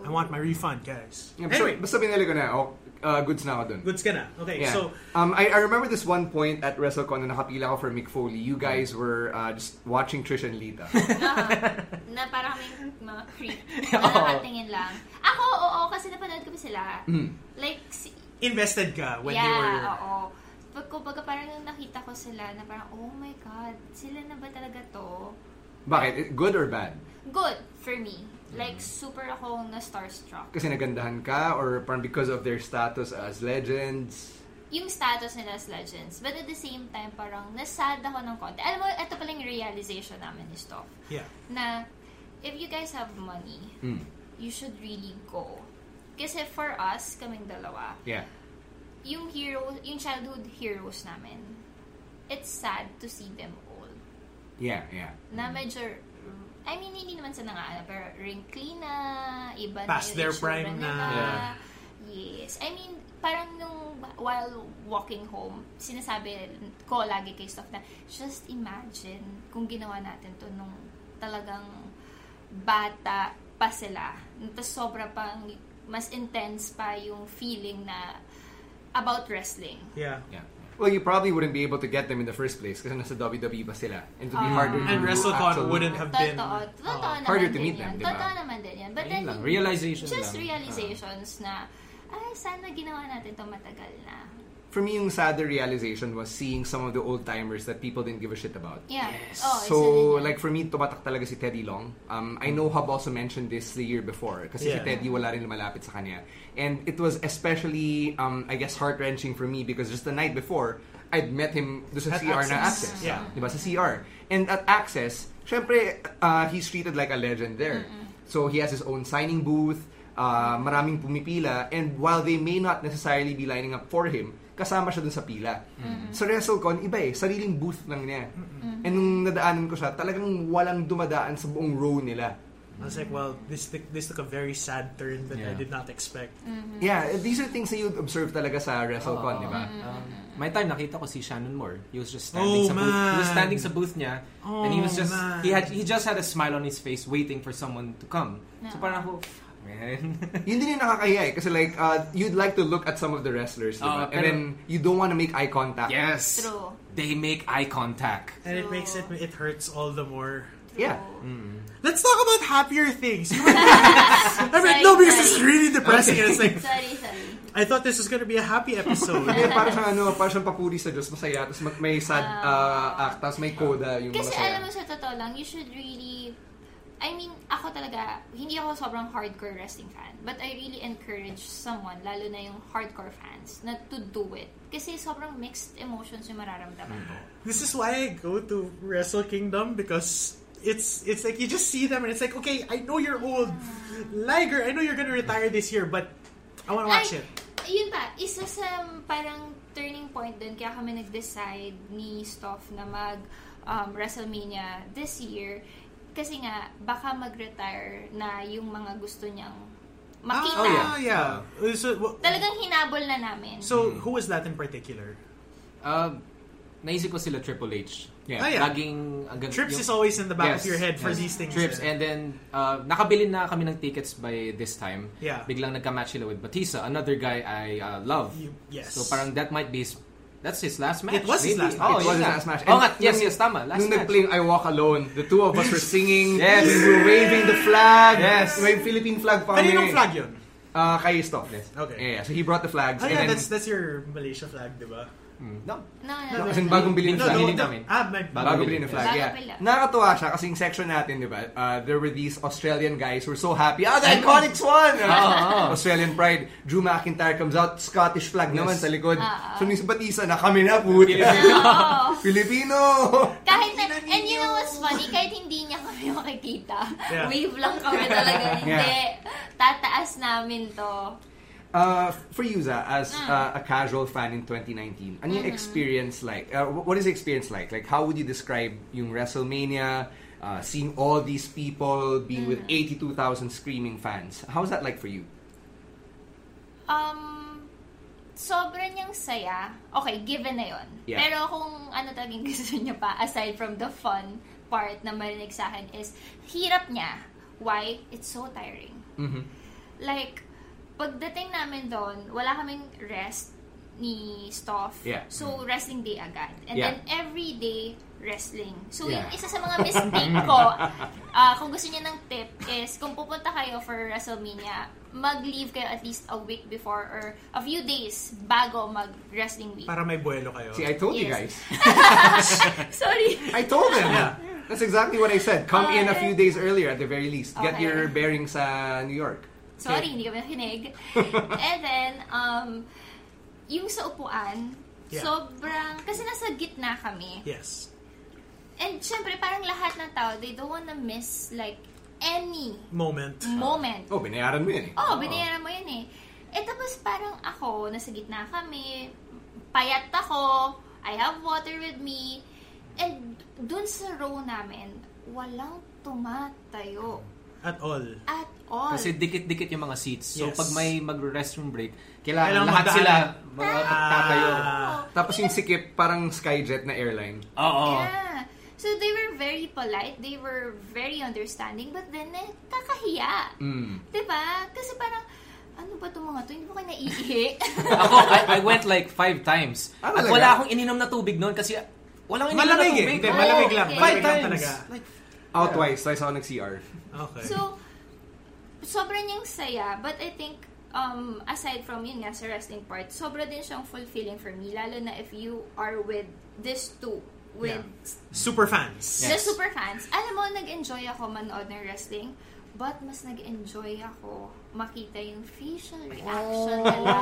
I want my refund, guys. Yeah, anyway, basta, basta binili ko na. Oh, uh, goods na ako dun. goods ka na. Okay, Yeah. so um, I, I remember this one point at WrestleCon na nakapila ako for Mick Foley. You guys were uh, just watching Trish and Lita. na parang kaming mga creep na Oo. nakatingin lang. Ako, oo, kasi napanood ko pa sila. Mm. Like, si, invested ka when yeah, you were. oo. Pag, kumbaga, parang nung nakita ko sila na parang, oh my God, sila na ba talaga to? Bakit? Good or bad? Good for me. Mm. Like, super akong na starstruck. Kasi nagandahan ka or parang because of their status as legends? Yung status nila as legends. But at the same time, parang nasad ako ng konti. Alam mo, ito pala yung realization namin ni Stoph. Yeah. na if you guys have money, you should really go. Kasi for us, kaming dalawa, Yeah. yung hero, yung childhood heroes namin, it's sad to see them old. Yeah, yeah. Na medyo, I mean, hindi naman sa nangaano, pero wrinkly na, iba Past na yung their itsura prime na. nila. Yeah. Yes. I mean, parang nung while walking home, sinasabi ko lagi kay Steph na, just imagine kung ginawa natin to nung talagang bata pa sila. Tapos sobra pang mas intense pa yung feeling na about wrestling. Yeah. Yeah. Well, you probably wouldn't be able to get them in the first place kasi nasa WWE pa sila. And it would be harder to Ah, And WrestleCon actual- wouldn't have been. Totoo. Totoo naman uh, Harder to din meet yan. them, di ba? Totoo naman din yan. But Ayun then, lang, realization just lang. realizations na, ay, sana ginawa natin to matagal na. For me, yung sadder realization was seeing some of the old timers that people didn't give a shit about. Yeah. Oh, isa so, din yan. like for me, tumatak talaga si Teddy Long. Um, I know Hub also mentioned this the year before kasi si Yeah. Teddy wala rin lumalapit sa kanya. And it was especially, um, I guess, heart-wrenching for me because just the night before, I'd met him doon sa At CR na Access. Access. Yeah. Diba? Sa CR. And at Access, syempre, uh, he's treated like a legend there. So, he has his own signing booth, uh, maraming pumipila, and while they may not necessarily be lining up for him, kasama siya dun sa pila. Sa WrestleCon, iba eh, sariling booth lang niya. And nung nadaanan ko siya, talagang walang dumadaan sa buong row nila. I was like, well, this took, this took a very sad turn that I Yeah. did not expect. Yeah, these are things that you observe talaga sa diba? WrestleCon, di ba? Um, my time nakita ko si Shannon Moore. He was just standing Oh, sa booth. He was man. standing sa booth niya and he was Oh, just man. he had he just had a smile on his face waiting for someone to come. So parang ako, man. Yun din yung nakakahiya eh. Kasi like, uh, you'd like to look at some of the wrestlers, di ba? Oo, And pero- then, you don't want to make eye contact. yes. True. They make eye contact. And it makes it it hurts all the more. Yeah. Let's talk about happier things. You were- I mean, no, because it's really depressing. And it's like Sorry, sorry. I thought this was gonna be a happy episode. Eh, para sa ano, para siyang papuri sa Diyos, masaya. Tapos mag- may sad uh, act, tapos may coda yung Ah. Kasi masaya. alam mo sa totoo lang, you should really I mean, ako talaga, hindi ako sobrang hardcore wrestling fan. But I really encourage someone, lalo na yung hardcore fans, na to do it. Kasi sobrang mixed emotions yung mararamdaman Mm. ko. this is why I go to Wrestle Kingdom because it's it's like you just see them and it's like, okay, I know you're old, Liger. I know you're gonna retire this year, but I want to watch Ay, it. Yun pa, isa sa parang turning point din kaya kami nag-decide ni Stoff na mag um, WrestleMania this year kasi nga baka mag-retire na yung mga gusto niyang makita. Ah, yeah. Uh, So, wh- Talagang hinabol na namin. so who was that in particular? Um, naisip ko sila Triple H. Yeah. Ah, yeah. Laging ang ganda- Trips yung- is always in the back Yes, of your head for yes. these things. Trips. eh. And then, uh, nakabili na kami ng tickets by this time. Yeah. Biglang nagka-match sila with Batista, another guy I uh, love. You- yes. So parang that might be his, that's his last It match. was his maybe. last Oh, It yun was nga. last match. And Oh, nga. Yes, nung- yes, tama. Last Nung match. nagplay yung I Walk Alone, the two of us were singing. Yes. We were waving the flag. Yes. May Philippine flag pa kami. Kaninong flag yun? Ah, kay Stoff. Okay. Yeah, yeah. So he brought the flags. Oh Ah, yeah, and then, that's that's your Malaysia flag, di ba? No. no, No, no, no. kasi bagong bilhin No, na flag. no, no. namin. Ah, my, Bago Bago bilhin bilhin. na flag, Bago yeah. pala. Nakakatuwa siya kasi yung section natin, di ba? Uh, there were these Australian guys who were so happy. Ah, the Iconics won! Ah, Australian pride. Drew McIntyre comes out, Scottish flag naman sa likod. Ah, So, nung batisa na kami na, puta. Oo. Filipino! Kahit na, and you know what's funny? Kahit hindi niya kami makikita, Yeah. wave lang kami talaga. Hindi, tataas namin to. Uh, for you, Za, as Mm. uh, a casual fan in 2019, ano yung Mm-hmm. experience like? Uh, wh- what is the experience like? Like, how would you describe yung WrestleMania, uh, seeing all these people, being with Mm-hmm. 82,000 screaming fans? How's that like for you? Um, sobrang niyang saya. Okay, given na yon. Yeah. Pero kung ano talagang gusto niya pa, aside from the fun part na marinig sa akin is, hirap niya. Why? It's so tiring. Mm-hmm. Like, pagdating namin doon, wala kaming rest ni Stoff. Yeah. So, wrestling day agad. And Yeah. then, every day, wrestling. So, Yeah. yung isa sa mga mistake ko, ah, kung gusto niyo ng tip is, kung pupunta kayo for WrestleMania, mag-leave kayo at least a week before or a few days bago mag-wrestling week. para may buwelo kayo. See, I told you Yes. guys. Sorry! I told them. That's exactly what I said. Come in a few days earlier, at the very least. Get Uh, Okay. your bearings sa New York. Sorry, hindi kami nakinig. And then, um, yung sa upuan, Yeah. sobrang, kasi nasa gitna kami. yes. And syempre, parang lahat ng tao, they don't wanna miss, like, any Moment. Mm. moment. Oh, binayaran mo yun eh. Oo, oh, binayaran mo yun eh. Eh tapos parang ako, nasa gitna kami, payat ako, I have water with me, and dun sa row namin, walang tumatayo At all. at all. Kasi dikit-dikit yung mga seats. So Yes. pag may mag-restroom break, kailangan Kailangan lahat sila magdaan. mga magtatayo. Ah. Tapos yung sikip, parang Skyjet na airline. Oo. Yeah. So they were very polite, they were very understanding, but then eh, kakahiya. Mm. Diba? Kasi parang, ano ba itong mga to? Hindi mo kayo naiihi. Ako, I, I went like five times. Ah, At talaga? wala akong ininom na tubig noon kasi walang ininom Malamig na eh. tubig. Hindi, Oo. malamig lang. Oh, okay. Five Malamig lang times. talaga. Like, Oh, twice. Twice ako nag-CR. Okay. So, sobrang niyang saya. But I think, um, aside from yun nga sa wrestling part, sobra din siyang fulfilling for me. Lalo na if you are with this two. With Super fans. the super fans. Alam mo, nag-enjoy ako manood ng wrestling. But mas nag-enjoy ako makita yung facial reaction nila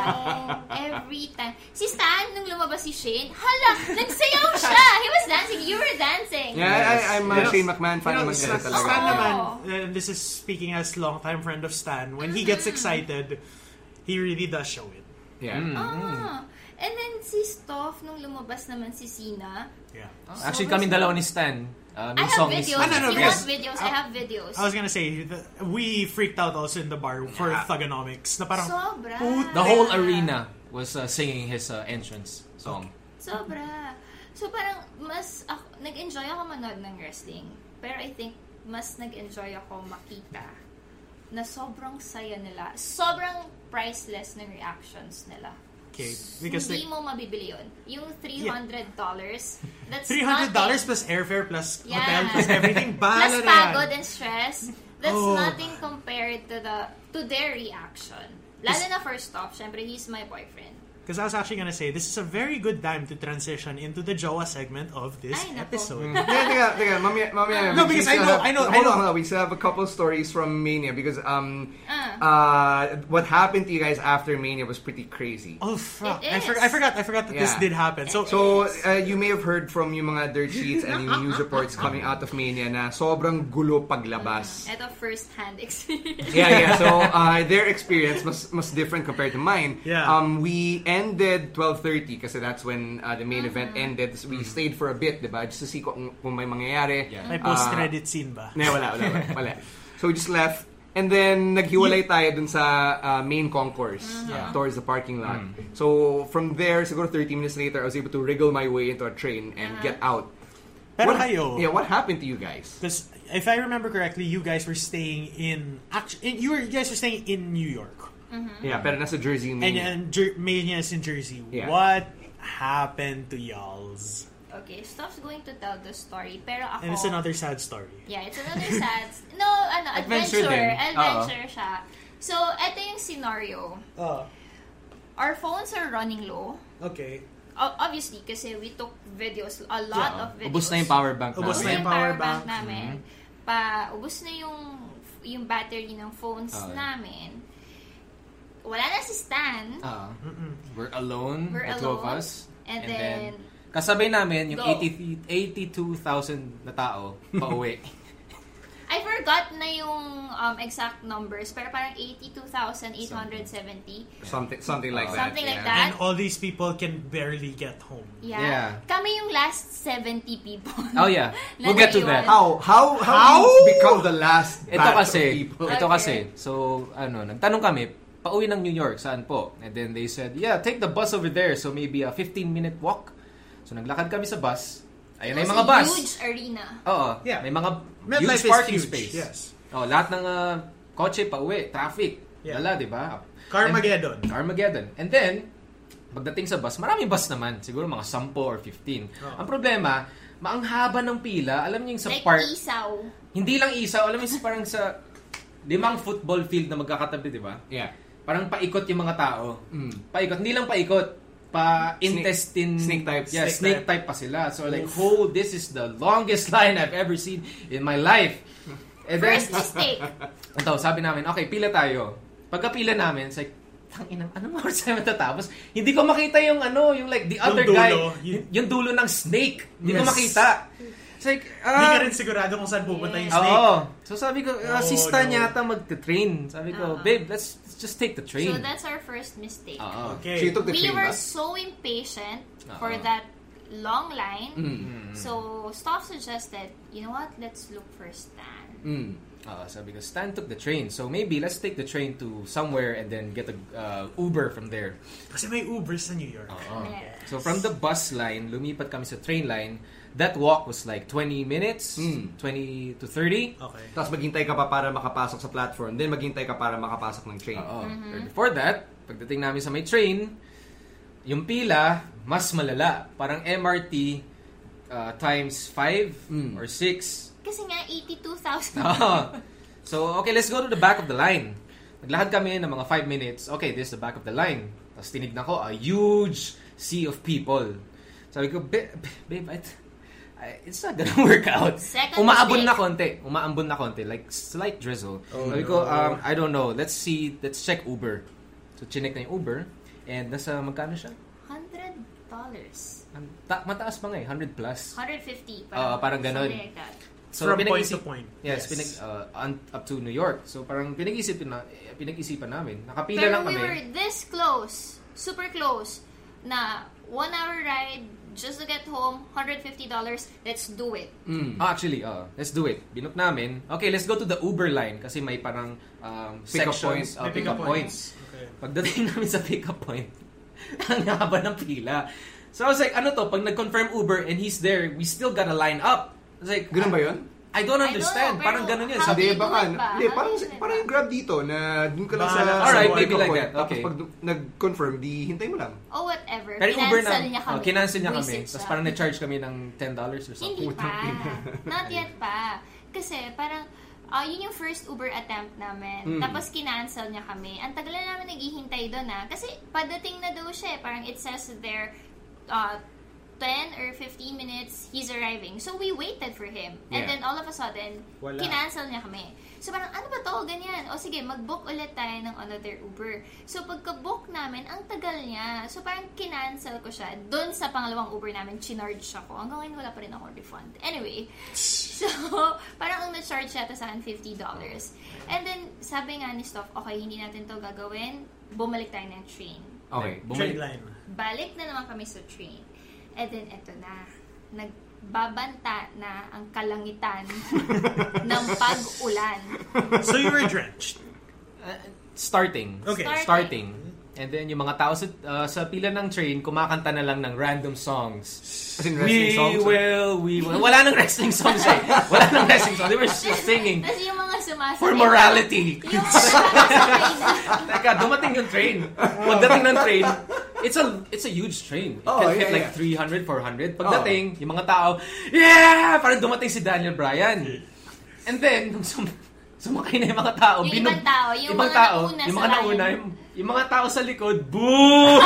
every time. Si Stan, nung lumabas si Shane, hala, nagsayaw siya! He was dancing, you were dancing! Yeah, I, I'm a Shane McMahon fan You know, naman Stan, kasi talaga. Stan naman, Oh. uh, and this is speaking as long-time friend Mm-hmm. mm. of Stan, when he gets excited, he really does show it. Yeah. Ah. And then si Stoff, nung lumabas naman si Sina, Yeah. Actually, kaming dalawa ni Stan. Um, I have yung song videos. is... If no, you because- want videos, I have videos. I was gonna say, the, we freaked out also in the bar for Thugonomics. Na parang, Sobra. Put- The whole arena was uh, singing his uh, entrance song. Sobra. So parang mas ako, nag-enjoy ako manood ng wrestling. Pero I think mas nag-enjoy ako makita na sobrang saya nila. Sobrang priceless ng reactions nila. okay, because Hindi like, mo mabibili yun. Yung $300, that's $300 nothing. plus airfare plus Yeah. hotel plus everything. Plus Bahala na yan. pagod and stress, that's Oh. nothing compared to the to their reaction. Lalo na first off, syempre, he's my boyfriend. Because I was actually gonna say, this is a very good time to transition into the Jowa segment of this Ay, nako. episode. Teka, teka, teka, mamaya, mamaya. No, We because still I know- have- I know- I Hold on, know. hold on. We still have a couple stories from Mania because um, Ah. uh, what happened to you guys after Mania was pretty crazy. Oh fuck! It I, for- I is. forgot. I forgot that this Yeah. did happen. So, So, uh, you may have heard from yung mga dirt sheets and yung news reports coming out of Mania na sobrang gulo paglabas. Ito, first-hand experience. Yeah, yeah. So, uh, their experience was, was different compared to mine. Yeah. Um, we ended 12.30 kasi that's when uh, the main event Ah. ended. So, Mm-hmm. we stayed for a bit, di ba? Just to see kung, kung may mangyayari. Yeah. may post credit Ah. scene ba? Ne, wala, wala, wala, wala. So we just left. And then, naghiwalay tayo dun sa uh, main concourse uh, Ah. towards the parking lot. Mm. So, from there, siguro 30 minutes later, I was able to wriggle my way into a train and Ah. get out. Pero what, kayo, Yeah, what happened to you guys? Because if I remember correctly, you guys were staying in. Act- in you, were, you guys were staying in New York, Yeah, pero nasa Jersey and, Mm-hmm. Mania. and Jer- Mania is in Jersey. Yeah. What happened to y'all's? Okay, Stoff's going to tell the story. Pero ako... And it's another sad story. Yeah, it's another sad... no, ano, Adventure adventure. din. Adventure, Oo. siya. So, ito yung scenario. Oh, Our phones are running low. okay. O- obviously, kasi we took videos, a lot Yeah. of videos. Ubus na yung power bank Ubus na Ubus namin. yung power power bank. bank namin. Pa, ubus na yung yung battery ng phones Okay. namin. Wala na si Stan. Ah. we're alone, We're the two of alone. us. And then- kasabay namin yung Go. 80 82,000 na tao pauwi. I forgot na yung um, exact numbers, pero parang 82,870. Something, something like that. Something like yeah. that. And all these people can barely get home. Yeah. Yeah. Kami yung last 70 people. Oh, yeah. na We'll get to naiwan. that. How? How? How? How? you become the last batch Ito of kasi, people? ito Okay. kasi. So, ano, nagtanong kami, pauwi ng New York, saan po? And then they said, yeah, take the bus over there. So, maybe a 15-minute walk. So, naglakad kami sa bus. Ayan na yung Kasi mga bus. Huge arena. Oo, Yeah. may mga MetLife huge is parking huge, space. yes. Oh, lahat ng ah, kotse pauwi, traffic. Yeah. Wala, di ba? Carmageddon. And- Carmageddon. And then, pagdating sa bus, maraming bus naman. Siguro mga 10 or 15. Ang problema, maang haba ng pila. Alam niyo yung sa Like park. isaw. Hindi lang isa, alam mo yung parang sa limang football field na magkakatabi, di ba? Yeah. Parang paikot yung mga tao. Mm. Paikot. Hindi lang paikot. Pa intestine. snake type. Yeah, Snake snake, type. pa sila. So like, oh, this is the longest line I've ever seen in my life. And then, First mistake. ito, sabi namin, okay, pila tayo. Pagkapila namin, it's like, tanginang, anong oras tayo matatapos? Hindi ko makita yung ano, yung like the other dulo, guy. yun- yung dulo ng snake. Hindi ko Yes. makita. It's like, Hindi ah, ka rin sigurado kung saan pupunta yung snake. Oo. So sabi ko, uh, Oh, si Stan no. yata magte-train. Sabi ko, babe, let's, let's just take the Ah. train. so, that's our first mistake. Oo. Okay. So you took the we train were bus? so impatient for Oo. that long line. Hmm. Mm-hmm. So Stoff suggested, you know what? Let's look for Stan. Hmm. Oo, Ah, sabi ko, Stan took the train. So maybe let's take the train to somewhere and then get a uh, Uber from there. Kasi may Uber sa New York. Ah. Yes. So from the bus line, lumipat kami sa train line. That walk was like 20 minutes, Hmm. 20 to Ah. 30. Okay. Tapos maghintay ka pa para makapasok sa platform. Then maghintay ka para makapasok ng train. Oo. But Oh, Before that, pagdating namin sa may train, yung pila, mas malala. Parang MRT uh, times 5 Hmm. or 6. Kasi nga 82,000. Uh-huh. Oo. Ah. so, okay, let's go to the back of the line. Naglakad kami ng mga 5 minutes. Okay, this is the back of the line. Tapos tinignan ko, a huge sea of people. Sabi ko, "Ba- ba- babe, I th- I- it's not gonna work out. Second Umaabon mistake. na konti. Umaambon na konti. Like, slight drizzle. Oh, Sabi ko, um, I don't know. Let's see, let's check Uber. So, chinek na yung Uber. And nasa magkano siya? $100. $150. Ang Ta- mataas pa nga eh, 100 plus. Parang, Oo, parang ganun. something like that. So, From point pinag-isip- to point. Yes, Yes. pinag, uh, un- up to New York. So parang pinag-isipin na, eh, pinag-isipan namin. Nakapila Pero lang we kami. were this close. Super close. na one hour ride just to get home, $150, let's do it. Ah, actually, uh, let's do it. Binook namin. Okay, let's go to the Uber line kasi may parang um, Pick-up sections. points. uh, May pick-up pick-up points. Okay. Pagdating namin sa pick-up point, ang haba ng pila. So I was like, ano to? Pag nag-confirm Uber and he's there, we still gotta line up. I was like, Ganun ba yun? I don't I don't understand. know, parang pero ganun yun. how Hindi, do Sabi, you baka. do it ba? Hindi, How parang, do you do it parang ba? yung grab dito na dun ka lang sa... Bahala. sa Alright, walk maybe up like point. that. Okay. Tapos pag du- nag-confirm, di hintay mo lang. Oh, whatever. pero Uber na, Kinansel niya kami. oh, kinansel niya We kami. sit Tapos sa- parang na-charge kami ng $10 or something. Hindi pa. Not yet pa. Kasi parang, ah, yun yung first Uber attempt Hmm. namin. Tapos kinansel niya kami. Ang tagal na namin naghihintay doon ah. Kasi padating na daw siya eh. Parang it says there, uh, 10 or 15 minutes, he's arriving. So we waited for him. And Yeah. then all of a sudden, Wala. kinansel niya kami. So parang, ano ba to? Ganyan. O sige, mag-book ulit tayo ng another Uber. So pagka-book namin, ang tagal niya. So parang kinansel ko siya. Doon sa pangalawang Uber namin, chinarge ako. Hanggang ngayon, wala pa rin ako refund. Anyway, so parang ang na-charge siya ata sa akin, $50. And then, sabi nga ni Stoff, okay, hindi natin to gagawin. Bumalik tayo ng train Okay. Trade Bumalik. line. balik na naman kami sa train. And then, eto na. Nagbabanta na ang kalangitan ng pag-ulan. So you were drenched. Starting. Okay. Starting. And then yung mga tao sa, uh, sa pila ng train, kumakanta na lang ng random songs. As in, wrestling We songs. will, we will. Wala nang wrestling songs eh. Wala nang wrestling songs. They were just singing. Tapos yung mga sumasakay. For morality. Yung mga sumasakay na. Teka, dumating yung train. Pagdating ng train, it's a it's a huge train. It Oh, can yeah, fit like yeah. Oh. 300, 400. Pagdating, yung mga tao, yeah! Parang dumating si Daniel Bryan. And then, nung sum sumakay na yung mga tao, Yung ibang tao, yung ibang mga tao, nauna yung sa mga bayan. nauna, yung, yung mga tao sa likod, boo!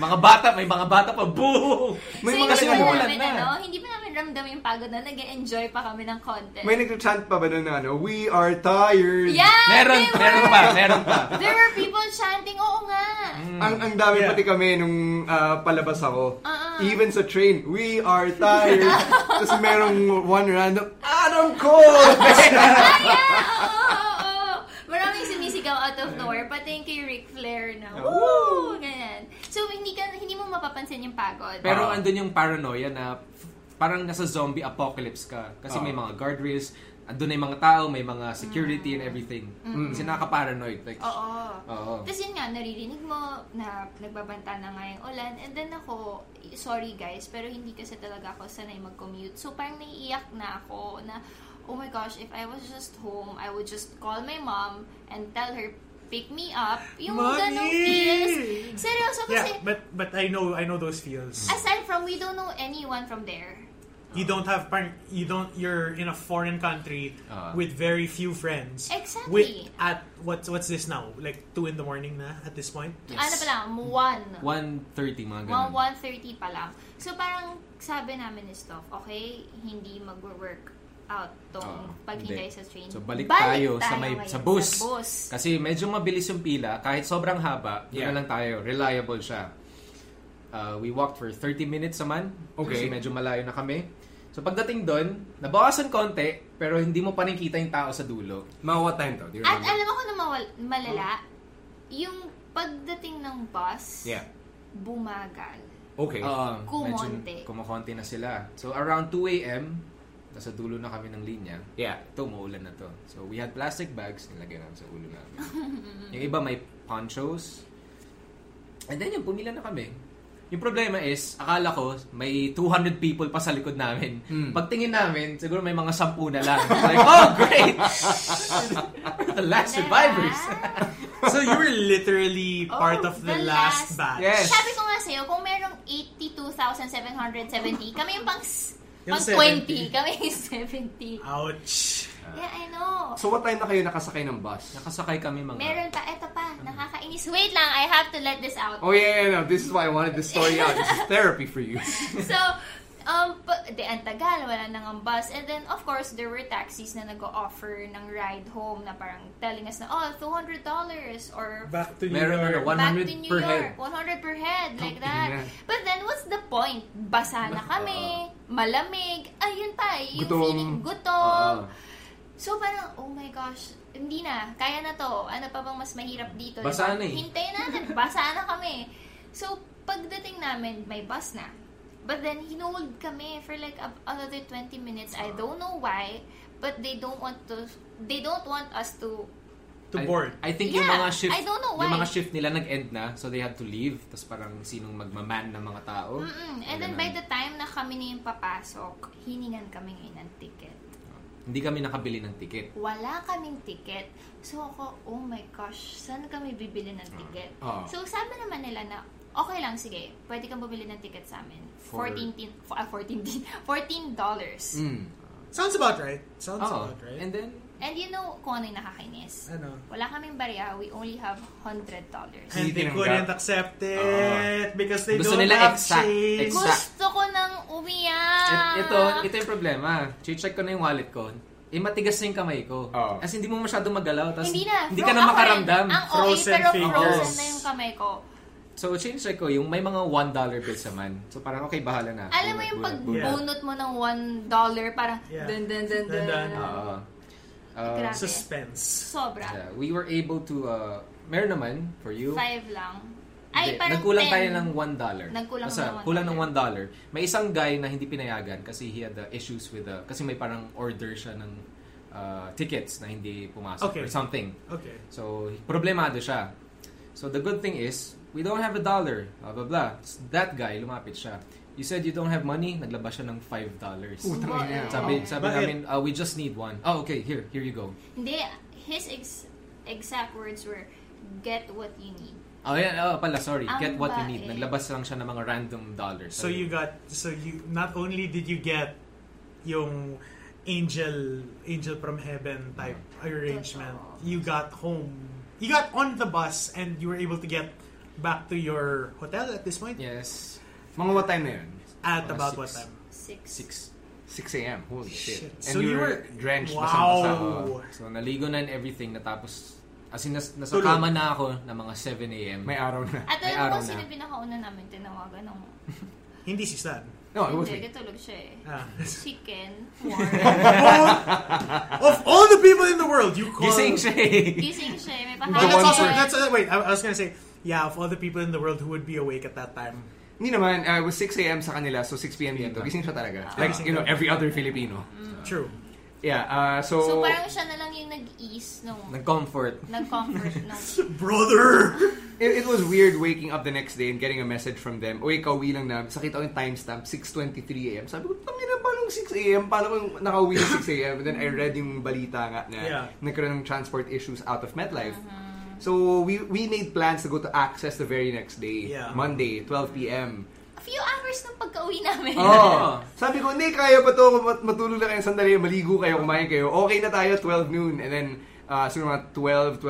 mga bata, may mga bata pa, boo! May so, mga hindi ganun. pa ulan namin, na. ano, hindi pa namin ramdam yung pagod na. Nag-enjoy pa kami ng content. May nag-chant pa ba nun na ano, we are tired. yeah, Meron, they were, meron pa, meron pa. There were people chanting, oo nga. Mm. Ang ang dami Yeah. pati kami nung ah, palabas ako. Ah, ah. Even sa train, we are tired. Tapos merong one random, Adam Cole! Ah, Yeah, oo, oo, oo. Maraming sumisigaw out of nowhere, pati yung kay Ric Flair na, woo! Ganyan. So, hindi, ka, hindi mo mapapansin yung pagod. Pero Ah. andun yung paranoia na f- parang nasa zombie apocalypse ka. Kasi may Ah. mga guardrails, andun na yung mga tao, may mga security and everything. Kasi nakaka-paranoid. Like, Mm. oo. oo. Tapos yun nga, naririnig mo na nagbabanta na nga yung ulan. And then ako, sorry guys, pero hindi kasi talaga ako sanay mag-commute. So parang naiiyak na ako na, oh my gosh, if I was just home, I would just call my mom and tell her, pick me up. Yung Mommy! ganong feels. Seryoso Yeah, kasi, but but I know I know those feels. aside from we don't know anyone from there. You don't have parang you don't you're in a foreign country Ah. with very few friends. Exactly. With at what's what's this now? Like two in the morning na at this point. Uh, Ano pa lang, one. 1.30, mga Mga ganun. 1.30 pa lang. So parang sabi namin ni Stoff, okay, hindi mag-work out tong Oo, paghintay Ah, hindi. sa train. So balik, tayo, sa may ngayon sa bus. Sa bus. Kasi medyo mabilis yung pila kahit sobrang haba. Doon Yeah. na lang tayo. Reliable siya. Uh, we walked for 30 minutes naman. Okay. Kasi medyo malayo na kami. So pagdating doon, nabawasan konti pero hindi mo pa nakikita yung tao sa dulo. Mga what time to? Do you At remember? alam ako na mawal- malala, Ah. yung pagdating ng bus, Yeah. bumagal. Okay. Oo, Kumonti. Um, medyo Kumukonti na sila. So around 2 a.m., nasa dulo na kami ng linya. yeah. Ito, maulan na to. So we had plastic bags, nilagay namin sa ulo namin. yung iba may ponchos. And then yung pumila na kami. Yung problema is, akala ko may 200 people pa sa likod namin. Pagtingin namin, siguro may mga 10 na lang. like, oh, great! We're the last survivors. So you were literally Oh, part of the, the last, last- batch. Yes. Sabi ko nga sa'yo, kung merong 82,770, kami yung pang, s- Yung pang 20, kami yung 70. Ouch. Ah. Yeah, I know. So what time na kayo nakasakay ng bus? Nakasakay kami mga... Meron pa, eto pa, nakakainis. Wait lang, I have to let this out. Oh yeah, yeah, no. This is why I wanted this story out. This is therapy for you. So, um, pa- di, ang tagal, wala nang ang bus. And then, of course, there were taxis na nag-offer ng ride home na parang telling us na, oh, $200 or Back to Meron your... ano, one- back to 100 New per York, head. 100 per head, like Tangina. that. But then, what's the point? Basa na kami, malamig, ayun pa, yung Gutom. feeling gutom. Oo. So parang, oh my gosh, hindi na, kaya na to. Ano pa bang mas mahirap dito? Basa Diba? na eh. Hintayin natin, basa na kami. So, pagdating namin, may bus na. But then, hinold kami for like a- another 20 minutes. I don't know why, but they don't want to, they don't want us to, To board. I, I think yung Yeah, mga shift, I don't know yung why. mga shift nila nag-end na, so they had to leave. Tapos parang sinong magmaman ng mga tao. Mm, and then by the time na kami na yung papasok, hiningan kami ngayon ng ticket. Hindi kami nakabili ng ticket. wala kaming ticket. So ako, oh my gosh, saan kami bibili ng ticket? Ah. So sabi naman nila na, okay lang, sige, pwede kang bumili ng ticket sa amin. For- 14, tin- f- ah, 14, tin- 14 dollars. Mm. Sounds about right. Sounds Oh. about right. And then, And you know kung ano yung nakakainis? Ano? Wala kaming barya, we only have 100 dollars. And they Hindi couldn't tinanggap. accept it because they Oh. Gusto don't nila have exact- shades. exact. Gusto ko nang umiyak! et- ito, ito yung problema. Check ko na yung wallet ko. Eh, matigas na yung kamay ko. Oo. Oh. As in, hindi mo masyadong magalaw. Tapos, Hindi na. ka na Ako rin, makaramdam. Ang OA Frozen pero frozen fingers. na yung kamay ko. So, change check ko yung may mga $1 bills naman. So, parang, okay, bahala na. Oh Alam mo Bunot, yung bunot, bunot. pagbunot mo ng $1, dollar, parang Yeah. dun dun dun Dun, dun. dun. Oo. Ah, Grabe. Suspense. Sobra. yeah, we were able to, uh, meron naman for you. Five lang. Ay, Hindi, parang Nagkulang 10. tayo ng one dollar. Nagkulang Basta, ng one kulang ng dollar. one dollar. May isang guy na hindi pinayagan kasi he had uh, issues with the... kasi may parang order siya ng uh, tickets na hindi pumasok Okay. or something. Okay. So, problemado siya. So, the good thing is, we don't have a dollar. Blah, blah, blah. S- That guy, lumapit siya. You said you don't have money? Naglabas siya ng five dollars. Ba- Sabi, sabi Bakit? namin, "Ah, we just need one. Oh, okay. Here, here you go. Hindi, his ex- exact words were, get what you need. Oh, yan. Oh, pala. Sorry. Ang Get what you need. bait. Naglabas lang siya ng mga random dollars. So you got so you not only did you get yung angel angel from heaven type arrangement, you got home. You got on the bus and you were able to get back to your hotel at this point Yes. Mga what time na yun? at Mga about six. what time? Six. 6 a.m. Holy shit. Shit. And So we you were were- drenched. Wow. basang-basa. So, naligo na and everything. Natapos, as in, nas, nasa Tulog. kama na ako ng mga 7 a.m. May araw na. At May alam araw mo kung na. sino pinakauna namin tinawagan ng... Hindi si Stan. No, it was Hindi, me. natulog siya eh. Ah. Chicken, warm, of all the people in the world, you call. Gising siya eh. gising siya eh. May Oh, pahalo that's also siya. that's uh, wait. I, I was gonna say yeah. Of all the people in the world who would be awake at that time, Hindi naman, uh, it was 6 a.m. sa kanila, so 6 p.m. dito. Gising siya talaga. Like, Gising you know, talaga. every other Filipino. true. Yeah, uh, so... So parang siya na lang yung nag-ease nung... Nag-comfort. Nag-comfort nung... Brother. It, it was weird waking up the next day and getting a message from them. Uy, kauwi lang namin. Sakita ko yung timestamp, 6.23 a.m. Sabi ko, tangina pa nung 6 a.m. Paano ko nakauwi ng 6 a.m.? And then I read yung balita nga na Yeah. nagkaroon ng transport issues out of MetLife. Uh-huh. So we we made plans to go to Access the very next day, Yeah. Monday, 12 p.m. A few hours nung pagka-uwi namin. Oh, sabi ko, hindi, kaya pa to, Mat- matulog lang kayo sandali, maligo kayo, kumain kayo. Okay na tayo, 12 noon. And then, uh, siguro mga 12,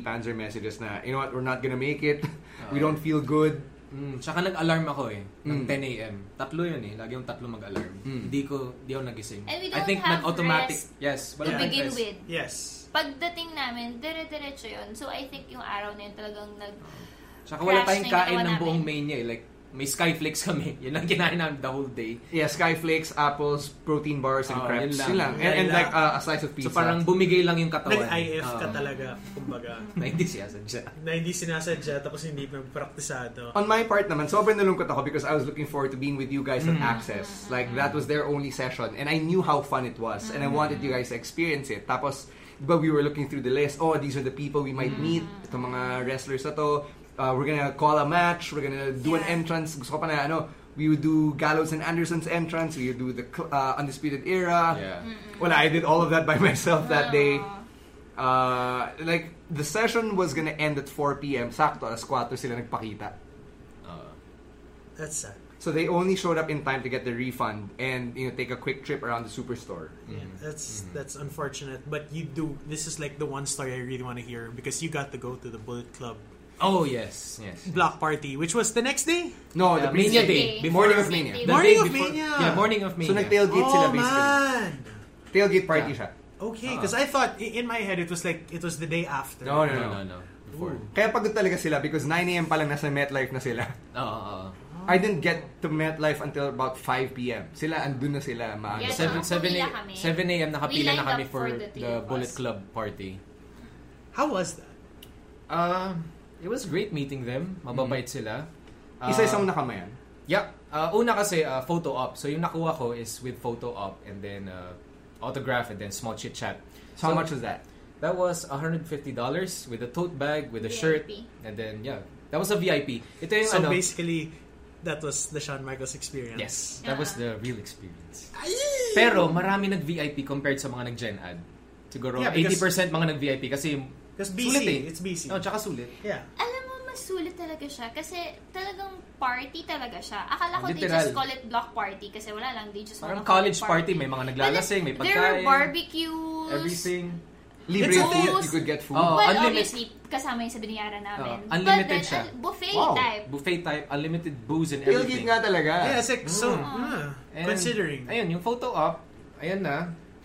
12.30, Panzer messages na, you know what, we're not gonna make it. We don't feel good. Mm, tsaka nag-alarm ako eh. Mm. Ng 10 a.m. Tatlo yun eh. Lagi yung tatlo mag-alarm. Hindi ko, hindi ako nagising. And we I don't think have nag-automatic. rest Yes. to walang begin rest. with. Yes. Pagdating namin, dire-diretso yun. So I think yung araw na yun talagang nag... Tsaka wala Crash na tayong yung kain ginawa ng buong namin. menu eh. Like, may skyflakes kami. Yun ang kinain namin the whole day. Yeah, skyflakes, apples, protein bars, and Oh, crepes. Yun yun lang. lang. Yun And, and lang. like uh, a slice of pizza. So parang bumigay lang yung katawan. Nag-IF ka Oo. talaga, kumbaga. Na-enthusiasm siya. na hindi sinasadya tapos hindi nagpraktisado. On my part naman, sobrang nalungkot ako because I was looking forward to being with you guys at Mm. Access. Like, that was their only session. And I knew how fun it was. And I Mm. wanted you guys to experience it. Tapos, di ba we were looking through the list. Oh, these are the people we Mm. might meet. Itong mga wrestlers na to. Uh, we're gonna call a match. We're gonna do an Yeah. entrance. Gusto ko pa na, ano, we would do Gallows and Anderson's entrance. We would do the cl- uh, Undisputed Era. Yeah. Mm. Well, I did all of that by myself that day. Aw. Uh, like, the session was gonna end at 4 p.m. Sakto, alas 4 sila nagpakita. That's sad. So they only showed up in time to get the refund and you know take a quick trip around the superstore. Yeah, Mm-hmm. that's that's unfortunate. But you do. This is like the one story I really want to hear because you got to go to the Bullet Club Oh, yes. Yes. block party, which was the next day. No, the Uh, previous Mania Day. Day. Before Morning of of Mania. The Morning day of before- Mania. Yeah, morning of Mania. So nag-tailgate sila oh basically. man. Tailgate party siya. Okay, because I thought i- in my head it was like it was the day after. No, no, Uh-huh. No, no. no, no. Before. Kaya pagod talaga sila because 9 a.m. pa lang nasa MetLife na sila. Oo, oo, oo. I didn't get to MetLife until about 5 p.m. Sila, andun na sila maaga. Yes. 7, Pumila 7, a- kami. 7 a.m. We nakapila na lined kami up for, for the, the three of Bullet us. Club party. How was that? Mm-hmm. Um, it was great meeting them. Mababait sila. Isa-isang nakamayan. Yeah. Uh, una kasi, uh, photo op. So, yung nakuha ko is with photo op and then uh, autograph and then small chit-chat. So, how much was that? That was $150 with a tote bag, with a shirt, VIP. and then, yeah. That was a VIP. Ito yung So ano. basically, that was the Shawn Michaels experience. Yes. That was the real experience. Pero, marami nag-VIP compared sa mga nag-gen ad. Siguro, Yeah, because- 80% mga nag-VIP kasi Because BC, sulit eh. it's BC. Oh, tsaka sulit. Yeah. Alam mo, masulit talaga siya. Kasi talagang party talaga siya. Akala ko they Literal. just call it block party. Kasi wala lang, they just wanna Parang call college it party, may mga naglalasing, may But There were pagkain, barbecues. everything. It's Libre a yung food, thing. you could get food. Oo. Oh, Well, Unlimited. obviously, kasama yung sa binayaran namin. Oo, unlimited But then, siya. uh, buffet Wow. type. Buffet type, unlimited booze and Tailgate everything. nga talaga. Yeah, it's like, so, ah, Mm. And, considering. Ayun, yung photo op, ayan na.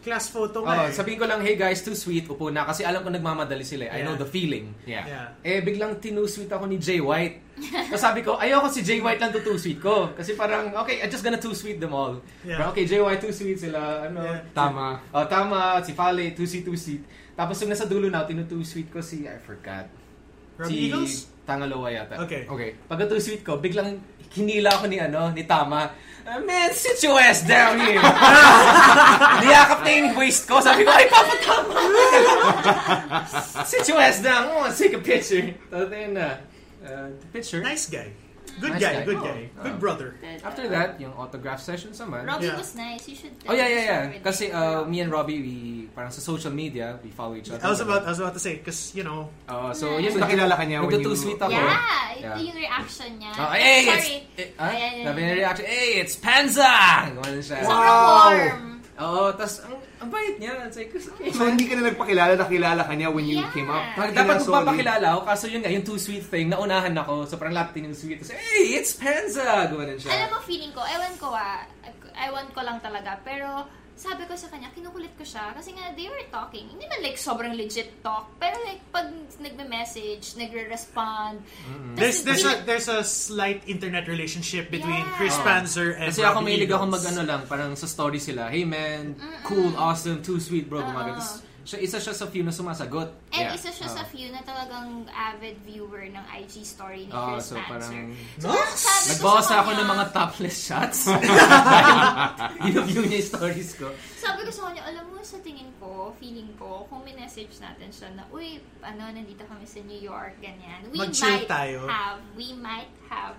class photo Oh, nga eh. sabihin ko lang, hey guys, too sweet, upo na. Kasi alam ko nagmamadali sila. eh. I Yeah. know the feeling. Yeah. Eh, biglang tinusweet ako ni Jay White. Tapos sabi ko, ayoko si Jay White lang to sweet ko. Kasi parang, okay, I'm just gonna too sweet them all. Yeah. Parang, okay, Jay White, too sweet sila. Ano, Yeah. Tama. Oh, tama, si Fale, too sweet, too sweet. Tapos yung nasa dulo na, tinu-too sweet ko si, I forgot. Rob si Eagles? Tangaloa yata. Okay. Okay. Pagka too sweet ko, biglang hinila ako ni ano, ni Tama. "Ah, man, sit your ass down here. Niyakap na yung waist ko. Sabi ko, ay, Papa Tama. sit your ass down. I wanna "Oh, take a picture. Tapos ayun na. Uh, picture. Nice guy. Good Nice guy, guy. good Oh. guy. Good brother. After that, yung autograph session naman. Robbie Yeah. was nice. You should... Oh, yeah, yeah, yeah. with Kasi him. uh, me and Robbie, we, parang sa social media, we follow each other. I was about, I was about to say, because, you know, Oo, so, yun. So, nakilala ka niya when Nagtutoo you- sweet ako. Yeah, ito Yeah. yung reaction niya. Oh, hey, Sorry. it's... Eh, ah, Ayan, ayan, Sabi ayan. niya reaction, hey, it's Panza! Gano'n siya. Sobrang warm. Oo, tas ang, ang bait niya. It's like, okay, So, hindi ka na nagpakilala, nakilala ka niya when you Yeah. came up. Parang Nakilala, dapat sorry. magpapakilala ako, kaso yun nga, yung too sweet thing, naunahan ako. So parang lahat yung sweet. Tapos, hey, it's Panza! Gano'n siya. Alam mo, feeling ko, ewan ko ah, ewan ko lang talaga, pero sabi ko sa kanya, kinukulit ko siya kasi nga they were talking. Hindi man like sobrang legit talk, pero like pag nagme-message, nagre-respond. Mm. there's tas there's hindi- a there's a slight internet relationship between Yeah. Chris Panzer and Ah. Kasi Robbie ako mahilig ako Eagles. mag ano lang, parang sa story sila, hey man, cool, awesome, too sweet bro, gumaga. Tapos siya, isa siya sa few na sumasagot. And Yeah. isa siya sa few na talagang avid viewer ng IG story ni Oo, Chris Ah, so Spencer. parang- So, sabi ko Nagbawasa sa ako kanya- ng mga topless shots. Ginaview niya yung stories ko. Sabi ko sa kanya, alam mo, sa tingin ko, feeling ko, kung minessage natin siya na, uy, ano, nandito kami sa New York, ganyan. We Mag-chill might tayo." have, we might have,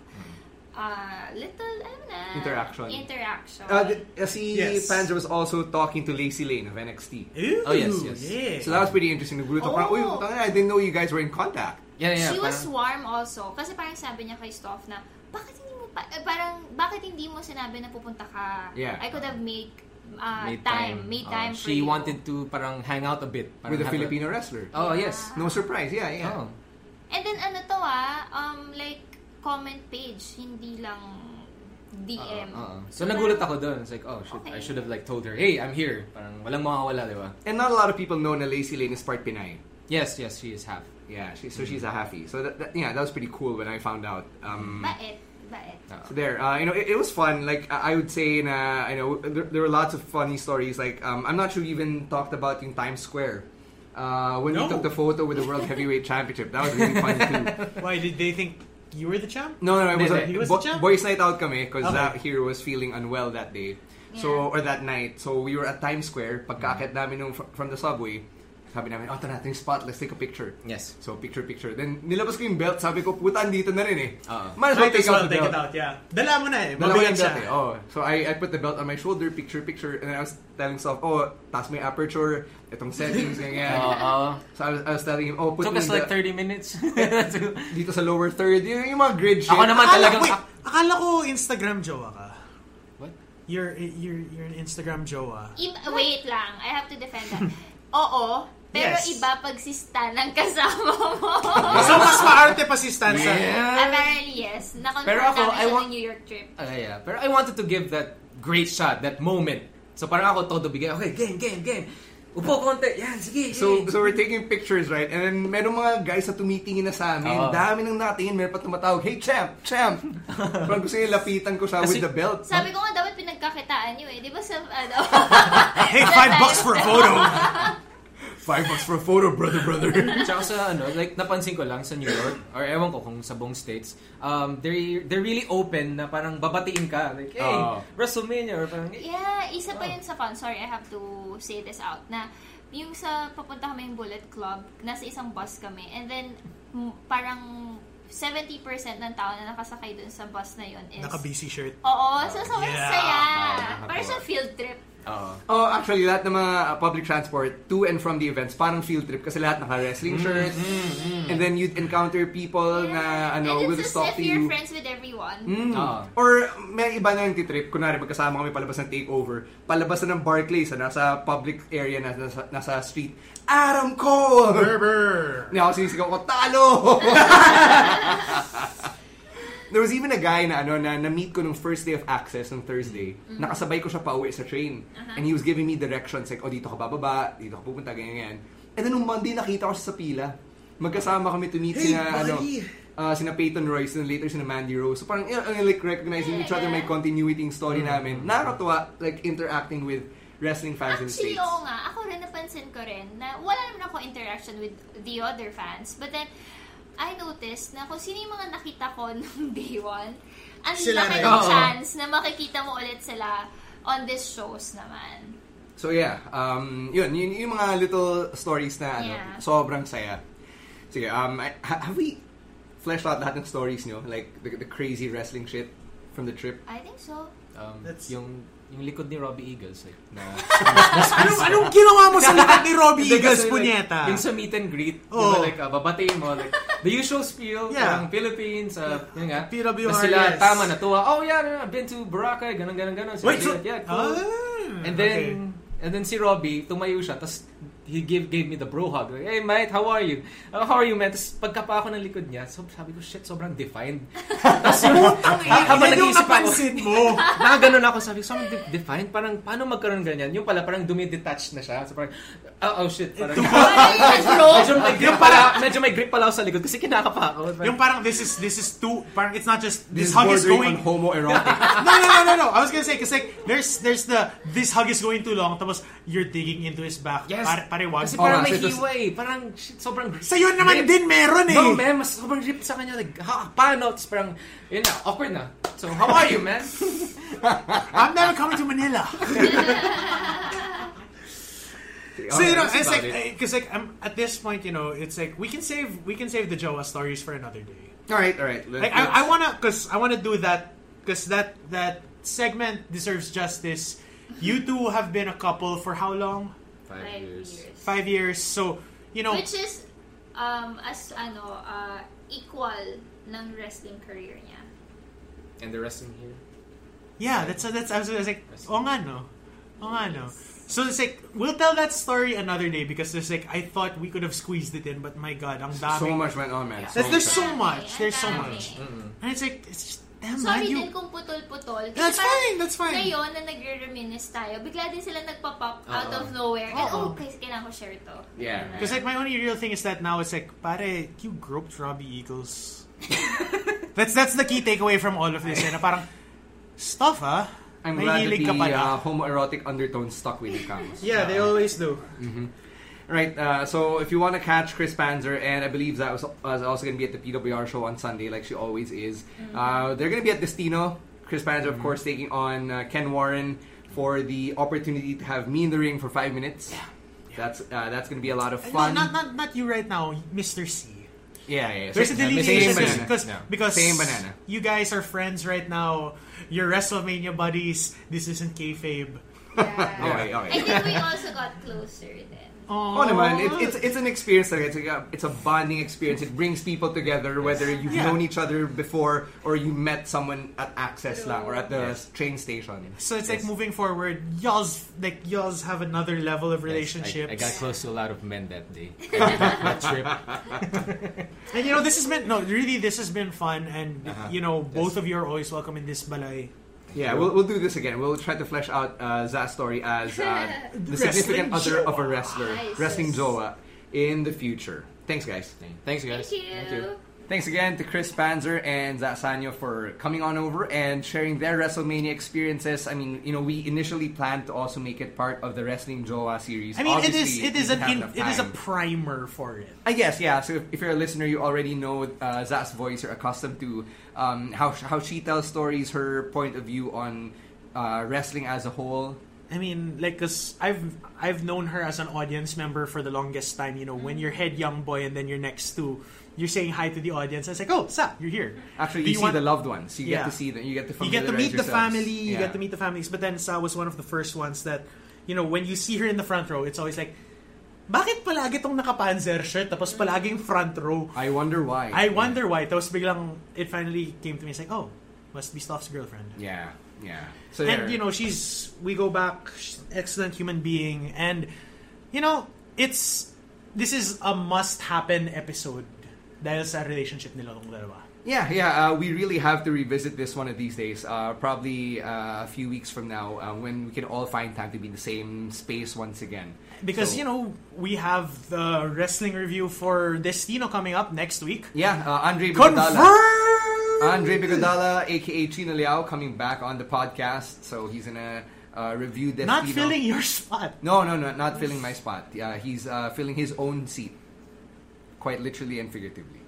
uh, little, alam na. Interaction. Interaction. Uh, th- uh, si Yes. Panzer was also talking to Lacey Lane of NXT. Ew, Oh, yes, yes. yeah. So that was pretty interesting. Nagulat ako. Parang, Oh. uy, putang ina, I didn't know you guys were in contact. Yeah, yeah, She was warm parang- also. Kasi parang sabi niya kay Stoff na, bakit hindi mo, pa, eh, parang, bakit hindi mo sinabi na pupunta ka? Yeah. I could have made, uh, Made time, made Oh, time for she you. wanted to parang hang out a bit. Parang With a have Filipino wrestler. Oh, yes. No surprise. Yeah, yeah. Oh. And then ano to ah, um, like, comment page, hindi lang DM. Uh, Oo. Ah, So nagulat ako doon. It's like, oh shit, Okay. I should have like told her, hey, I'm here. Parang walang makawala, di ba? And not a lot of people know na Lacey Lane is part Pinay. Yes, yes, she is half. Yeah, she, so she's a Mm-hmm. halfie. So that, that, yeah, that was pretty cool when I found out. Um, Mm-hmm. Bait, bait. Ah. So there, uh, you know, it, it was fun. Like I I would say, na, you know, there, there were lots of funny stories. Like um, I'm not sure we even talked about in Times Square uh, when No. we took the photo with the World Heavyweight Championship. That was really fun too. Why did they think you were the Mm. champ? No, no, it Hindi, was, a, he was bo- the champ. boys' night out kami because Okay. that hero was feeling unwell that day. So or that night, so we were at Times Square. Pagkakit namin nung fr- from the subway, sabi namin, oh, ito na, ito yung spot, let's take a picture. Yes. So picture, picture. Then nilabas ko yung belt, sabi ko, puta, dito na rin eh. Oo. Might as well Might take as well out the take belt. it out, yeah. Dala mo na eh. Dalawa Mabigat yung belt siya. eh. Oh. So I, I put the belt on my shoulder, picture, picture, and I was telling self, oh, taas may aperture, itong settings, ganyan. Oo. So I was, I was telling him, oh, put Took me us in like the, 30 minutes. dito sa lower third, yung, yung mga grid shit. Ako naman Akala, talagang... wait, akala ko Instagram jowa ka. What? You're, you're, you're an Instagram jowa. Im- wait lang, I have to defend that. Oo, pero Yes. iba pag si Stan ang kasama mo. So, mas maarte pa si Stan sa... Apparently, yes. Na-confirm Pero ako, namin I sa want- New York trip. Ah, yeah. Pero I wanted to give that great shot, that moment. So parang ako todo bigay, okay, game, game, game. Upo konti. Yan, sige. So, game. so we're taking pictures, right? And then merong mga guys na tumitingin na sa amin. Oo. Dami nang nakatingin. Meron pa tumatawag, hey, champ, champ. Parang gusto niya lapitan ko siya Kasi- with the belt. Sabi ko nga, dapat pinagkakitaan nyo eh. Di ba sa, ano? Hey, five bucks for a photo! Five bucks for a photo, brother, brother. Tsaka sa ano, like napansin ko lang sa New York or ewan ko kung sa buong states, um they they're really open na parang babatiin ka like hey, Oo. WrestleMania or parang "Eh, Yeah, isa pa yun sa fun. Sorry, I have to say this out. Na yung sa papunta kami yung Bullet Club, nasa isang bus kami. And then, m- parang 70% ng tao na nakasakay dun sa bus na yun is... Naka-BC shirt. Oo, so sobrang Yeah. saya. Ah, Parang sa field trip. Oh, actually, lahat ng mga uh, public transport to and from the events, parang field trip kasi lahat naka-wrestling shirts. And then you'd encounter people na ano, And will it's talk to as if you're you. Hmm. friends with everyone. Ah. Or may iba na yung titrip. Kunwari, magkasama kami palabas ng takeover. Palabas na ng Barclays, ah, nasa public area, na, nasa, nasa street. Adam Cole! Berber! Hindi ako sinisigaw ko, talo! There was even a guy na ano na na-meet ko nung first day of access nung Thursday. Nakasabay ko siya pauwi sa train. And he was giving me directions like, oh, dito ka bababa, dito ka pupunta, ganyan, ganyan. And then nung Monday, nakita ko siya sa pila. Magkasama kami to meet Hey, sina, ano, buddy! ah, sina Peyton Royce and later sina Mandy Rose. So parang, you know, like, recognizing each other, may continuity yung story namin. Mm-hmm. Nakakatuwa, like, interacting with wrestling fans in the Actually, States. oo nga. Ako rin napansin ko rin na wala naman ako interaction with the other fans. But then, I noticed na kung sino yung mga nakita ko nung day one, ang Sila laki rin. ng Oo. chance na makikita mo ulit sila on these shows naman. So yeah, um, yun, yun, yung mga little stories na ano, Yeah. sobrang saya. Sige, um, I- ha- have we fleshed out lahat ng stories nyo? Like, the, the crazy wrestling shit from the trip? I think so. um, That's- yung yung likod ni Robbie Eagles like na Anong, anong ginawa mo sa lahat ni Robbie Hindi, Eagles, kasi, like, punyeta? yung sa meet and greet, di ba, Oo. like uh, babatiin mo like the usual spiel Yeah. parang Philippines, uh, yun nga. PWRS. na sila tama natuwa. Oh yeah, yeah, I've been to Boracay, ganun ganun ganun. Sila, Wait, so... yeah, cool. Ah, And then, okay. and then si Robbie, tumayo siya, tapos he gave, gave me the bro hug. Like, hey, mate, how are you? "Oh, how are you, man? Tapos pagkapa ako ng likod niya, so, sabi ko, shit, sobrang defined. tapos yung, ha- habang Yan yung nag-iisip ako, napansin mo. nakaganon ako, sabi ko, sobrang de- defined, parang, paano magkaroon ganyan? Yung pala, parang dumidetach na siya. So parang, oh, oh shit, parang, medyo may grip pala, medyo may grip pala ako sa likod kasi kinakapa ako. Parang, Yung parang this is this is too parang it's not just This, is this, hug is bordering going on homoerotic. no, no, no, no, no. I was gonna say, because like, there's, there's the, this hug is going too long, tapos, you're digging into his back. Yes. Pare, parewag. Kasi Oh, parang nga, may so it was- hiwa eh. Parang shit, sobrang grip. Sa'yo naman din meron eh. No, man. Mas sobrang grip sa kanya. Like, ha, paano? Tapos parang, yun na, awkward na. So, how are you, man? I'm never coming to Manila. so, you know, that's it's about like, because like, I'm, at this point, you know, it's like, we can save, we can save the Jowa stories for another day. alright, alright. Like, I, I wanna, because I wanna do that, because that, that segment deserves justice. You two have been a couple for how long? Five years. Five years. So, you know, Which is, um, as ano, uh, equal ng wrestling career niya. And the rest in here. Yeah, that's that's. I was, I was like, oh nga no, oh nga no. So it's like we'll tell that story another day because there's like I thought we could have squeezed it in, but my god, ang dami. so much went on, man. So That's- much. there's so Ang much. dami, There's so ang dami. much. Mm. And it's like it's just damn man, Sorry you. din kung putol-putol. Kasi That's parang fine. That's fine. Ngayon na nagre-reminis tayo, bigla din sila nagpa-pop out of nowhere. And, Oo. oh, guys, kailangan ko share to. Yeah. Because like my only real thing is that now it's like pare, you groped Robbie Eagles. that's that's the key takeaway from all of this. eh, na parang stuff ah. I'm May glad that hilig the ka pala. uh, homoerotic undertone stuck with you, Camus. yeah, they always do. Right, uh, so if you want to catch Chris Panzer, and I believe that was, was also going to be at the PWR show on Sunday, like she always is, Mm-hmm. uh, they're going to be at Destino. Chris Panzer, of course, taking on uh, Ken Warren for the opportunity to have me in the ring for five minutes. That's uh, that's going to be a lot of No, fun. not not not you right now, Mr. C. yeah, yeah. yeah. There's a Same delineation banana. because Yeah. because Same banana. you guys are friends right now. You're WrestleMania buddies. This isn't kayfabe. All right, all I right. think we also got closer then. Oh, naman. It, it's it's an experience. talaga. It's like a, it's a bonding experience. It brings people together, whether you've Yeah. known each other before or you met someone at Access lang or at the train station. So it's like moving forward. Y'all's like y'all's have another level of relationships. I, got close to a lot of men that day. that trip. and you know this has been no really this has been fun and Uh-huh. you know both of you are always welcome in this balay. Yeah, we'll, we'll do this again. We'll try to flesh out uh, Za's story as uh, the significant other of a wrestler, Nice. wrestling Zoa, in the future. Thanks, guys. Thanks, guys. Thank you. Thanks again to Chris Panzer and Zasanya for coming on over and sharing their WrestleMania experiences. I mean, you know, we initially planned to also make it part of the Wrestling Joa series. I mean, it is Obviously, it we is didn't an have in, enough it is a time. primer for it. I guess, yeah. So if, if you're a listener, you already know uh, Za's voice. You're accustomed to um, how sh- how she tells stories, her point of view on uh, wrestling as a whole. I mean, like, cause I've I've known her as an audience member for the longest time. You know, when you're head young boy and then you're next to, you're saying hi to the audience. It's like, oh, sa, you're here. Actually, Do you, you see want- the loved ones. You Yeah. get to see them. You get to you get to familiarize meet the yourselves. family. You Yeah. get to meet the families. But then Sa was one of the first ones that, you know, when you see her in the front row, it's always like, bakit palagi tong nakapanzer shirt tapos palaging front row? I wonder why. I wonder why. Tapos biglang, it finally came to me. It's like, oh, must be Stoff's girlfriend. Yeah, yeah. So there- and you know, she's we go back, she's an excellent human being, and you know, it's this is a must happen episode dahil sa relationship nila ng dalawa. Yeah, yeah. Uh, we really have to revisit this one of these days. Uh, probably uh, a few weeks from now, uh, when we can all find time to be in the same space once again. Because you know, we have the wrestling review for Destino coming up next week. Yeah, uh, Andre Bigodala. Andre Bigodala, aka Chino Liao, coming back on the podcast. So he's gonna uh, review Destino. Not filling your spot. No, no, no, not filling my spot. Uh, he's uh, filling his own seat, quite literally and figuratively.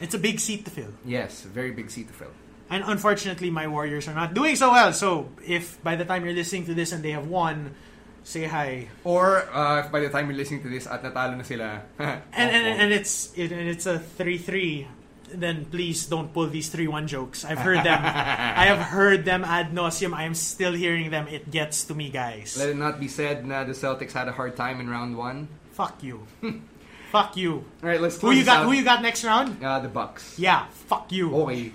It's a big seat to fill. Yes, very big seat to fill. And unfortunately, my Warriors are not doing so well. So if by the time you're listening to this and they have won, say hi. Or uh, by the time you're listening to this, at natalo na sila. and, and, and it's it, and it's a three three. Then please don't pull these three one jokes. I've heard them. I have heard them ad nauseum. I am still hearing them. It gets to me, guys. Let it not be said that the Celtics had a hard time in round one. Fuck you. Fuck you. All right, let's. Who close you this got? out. Who you got next round? Uh, the Bucks. Yeah. Fuck you. Okay.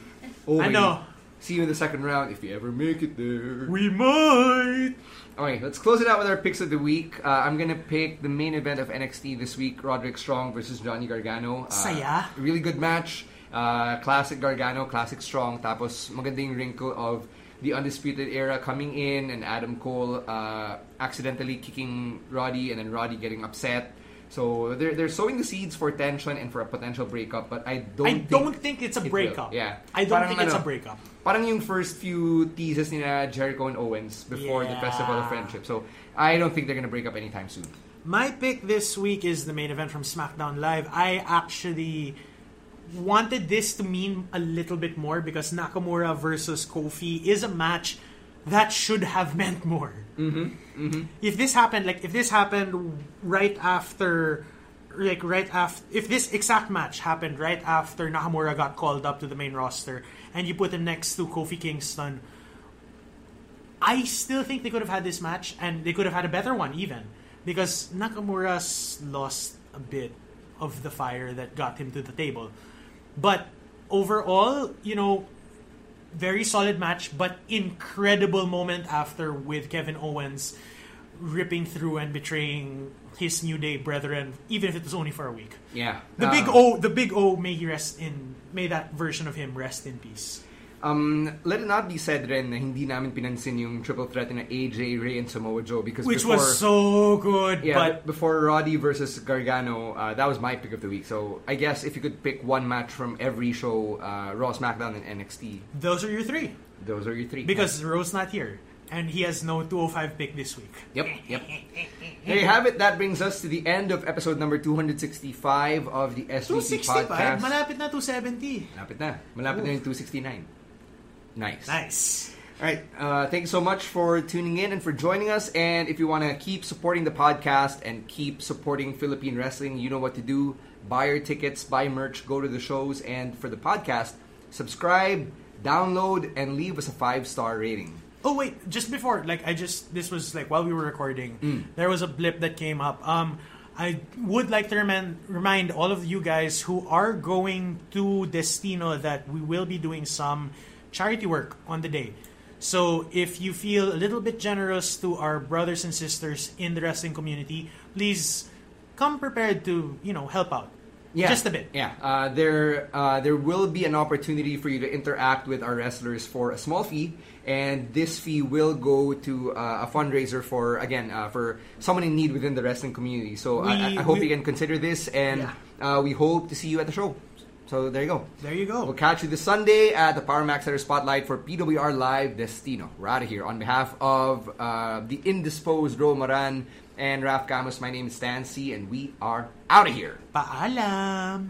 okay. I know. See you in the second round if you ever make it there. We might. Okay, let's close it out with our picks of the week. Uh, I'm gonna pick the main event of NXT this week: Roderick Strong versus Johnny Gargano. Uh, Saya. Really good match. Uh, classic Gargano, classic Strong. Tapos magandang wrinkle of the Undisputed Era coming in and Adam Cole uh, accidentally kicking Roddy and then Roddy getting upset. So they're, they're sowing the seeds for tension and for a potential breakup, but I don't I think don't think it's a it will. breakup. Yeah. I don't Parang think it's a ano, breakup. Parang yung first few teases nila Jericho and Owens before the Yeah. Festival of Friendship. So I don't think they're gonna break up anytime soon. My pick this week is the main event from SmackDown Live. I actually wanted this to mean a little bit more because Nakamura versus Kofi is a match that should have meant more. If this happened, like if this happened right after, like right after, if this exact match happened right after Nakamura got called up to the main roster and you put him next to Kofi Kingston, I still think they could have had this match and they could have had a better one even because Nakamura's lost a bit of the fire that got him to the table. But overall, you know, very solid match but incredible moment after with Kevin Owens ripping through and betraying his New Day brethren even if it was only for a week. Yeah. The Uh, big O, the big O may he rest in may that version of him rest in peace. Um, let it not be said rin na hindi namin pinansin yung triple threat na AJ, Ray, and Samoa Joe because Which before, was so good yeah, but before Roddy versus Gargano, uh, that was my pick of the week. So I guess if you could pick one match from every show, uh, Raw, SmackDown, and NXT, Those are your three. those are your three. Because Roe's not here. And he has no 205 pick this week. Yep, yep. There you have it. That brings us to the end of episode number 265 of the SVP 265? podcast. Malapit na 270. Malapit na. Malapit na yung 269. Nice. Nice. All right. Uh, thank you so much for tuning in and for joining us. And if you want to keep supporting the podcast and keep supporting Philippine wrestling, you know what to do. Buy your tickets, buy merch, go to the shows. And for the podcast, subscribe, download, and leave us a five star rating. Oh wait, just before, like I just this was like while we were recording, Mm. there was a blip that came up. Um, I would like to remind remind all of you guys who are going to Destino that we will be doing some charity work on the day. So if you feel a little bit generous to our brothers and sisters in the wrestling community, please come prepared to you know help out. Yeah. just a bit. Yeah. Uh, there, uh, there will be an opportunity for you to interact with our wrestlers for a small fee, and this fee will go to uh, a fundraiser for again uh, for someone in need within the wrestling community. So I- I, We- I hope we- you can consider this, and uh, we hope to see you at the show. So there you go. There you go. We'll catch you this Sunday at the Power Max Center Spotlight for PWR Live Destino. We're out of here. On behalf of uh, the indisposed Ro Maran and Raf Camus, my name is Stan C, and we are out of here. Paalam!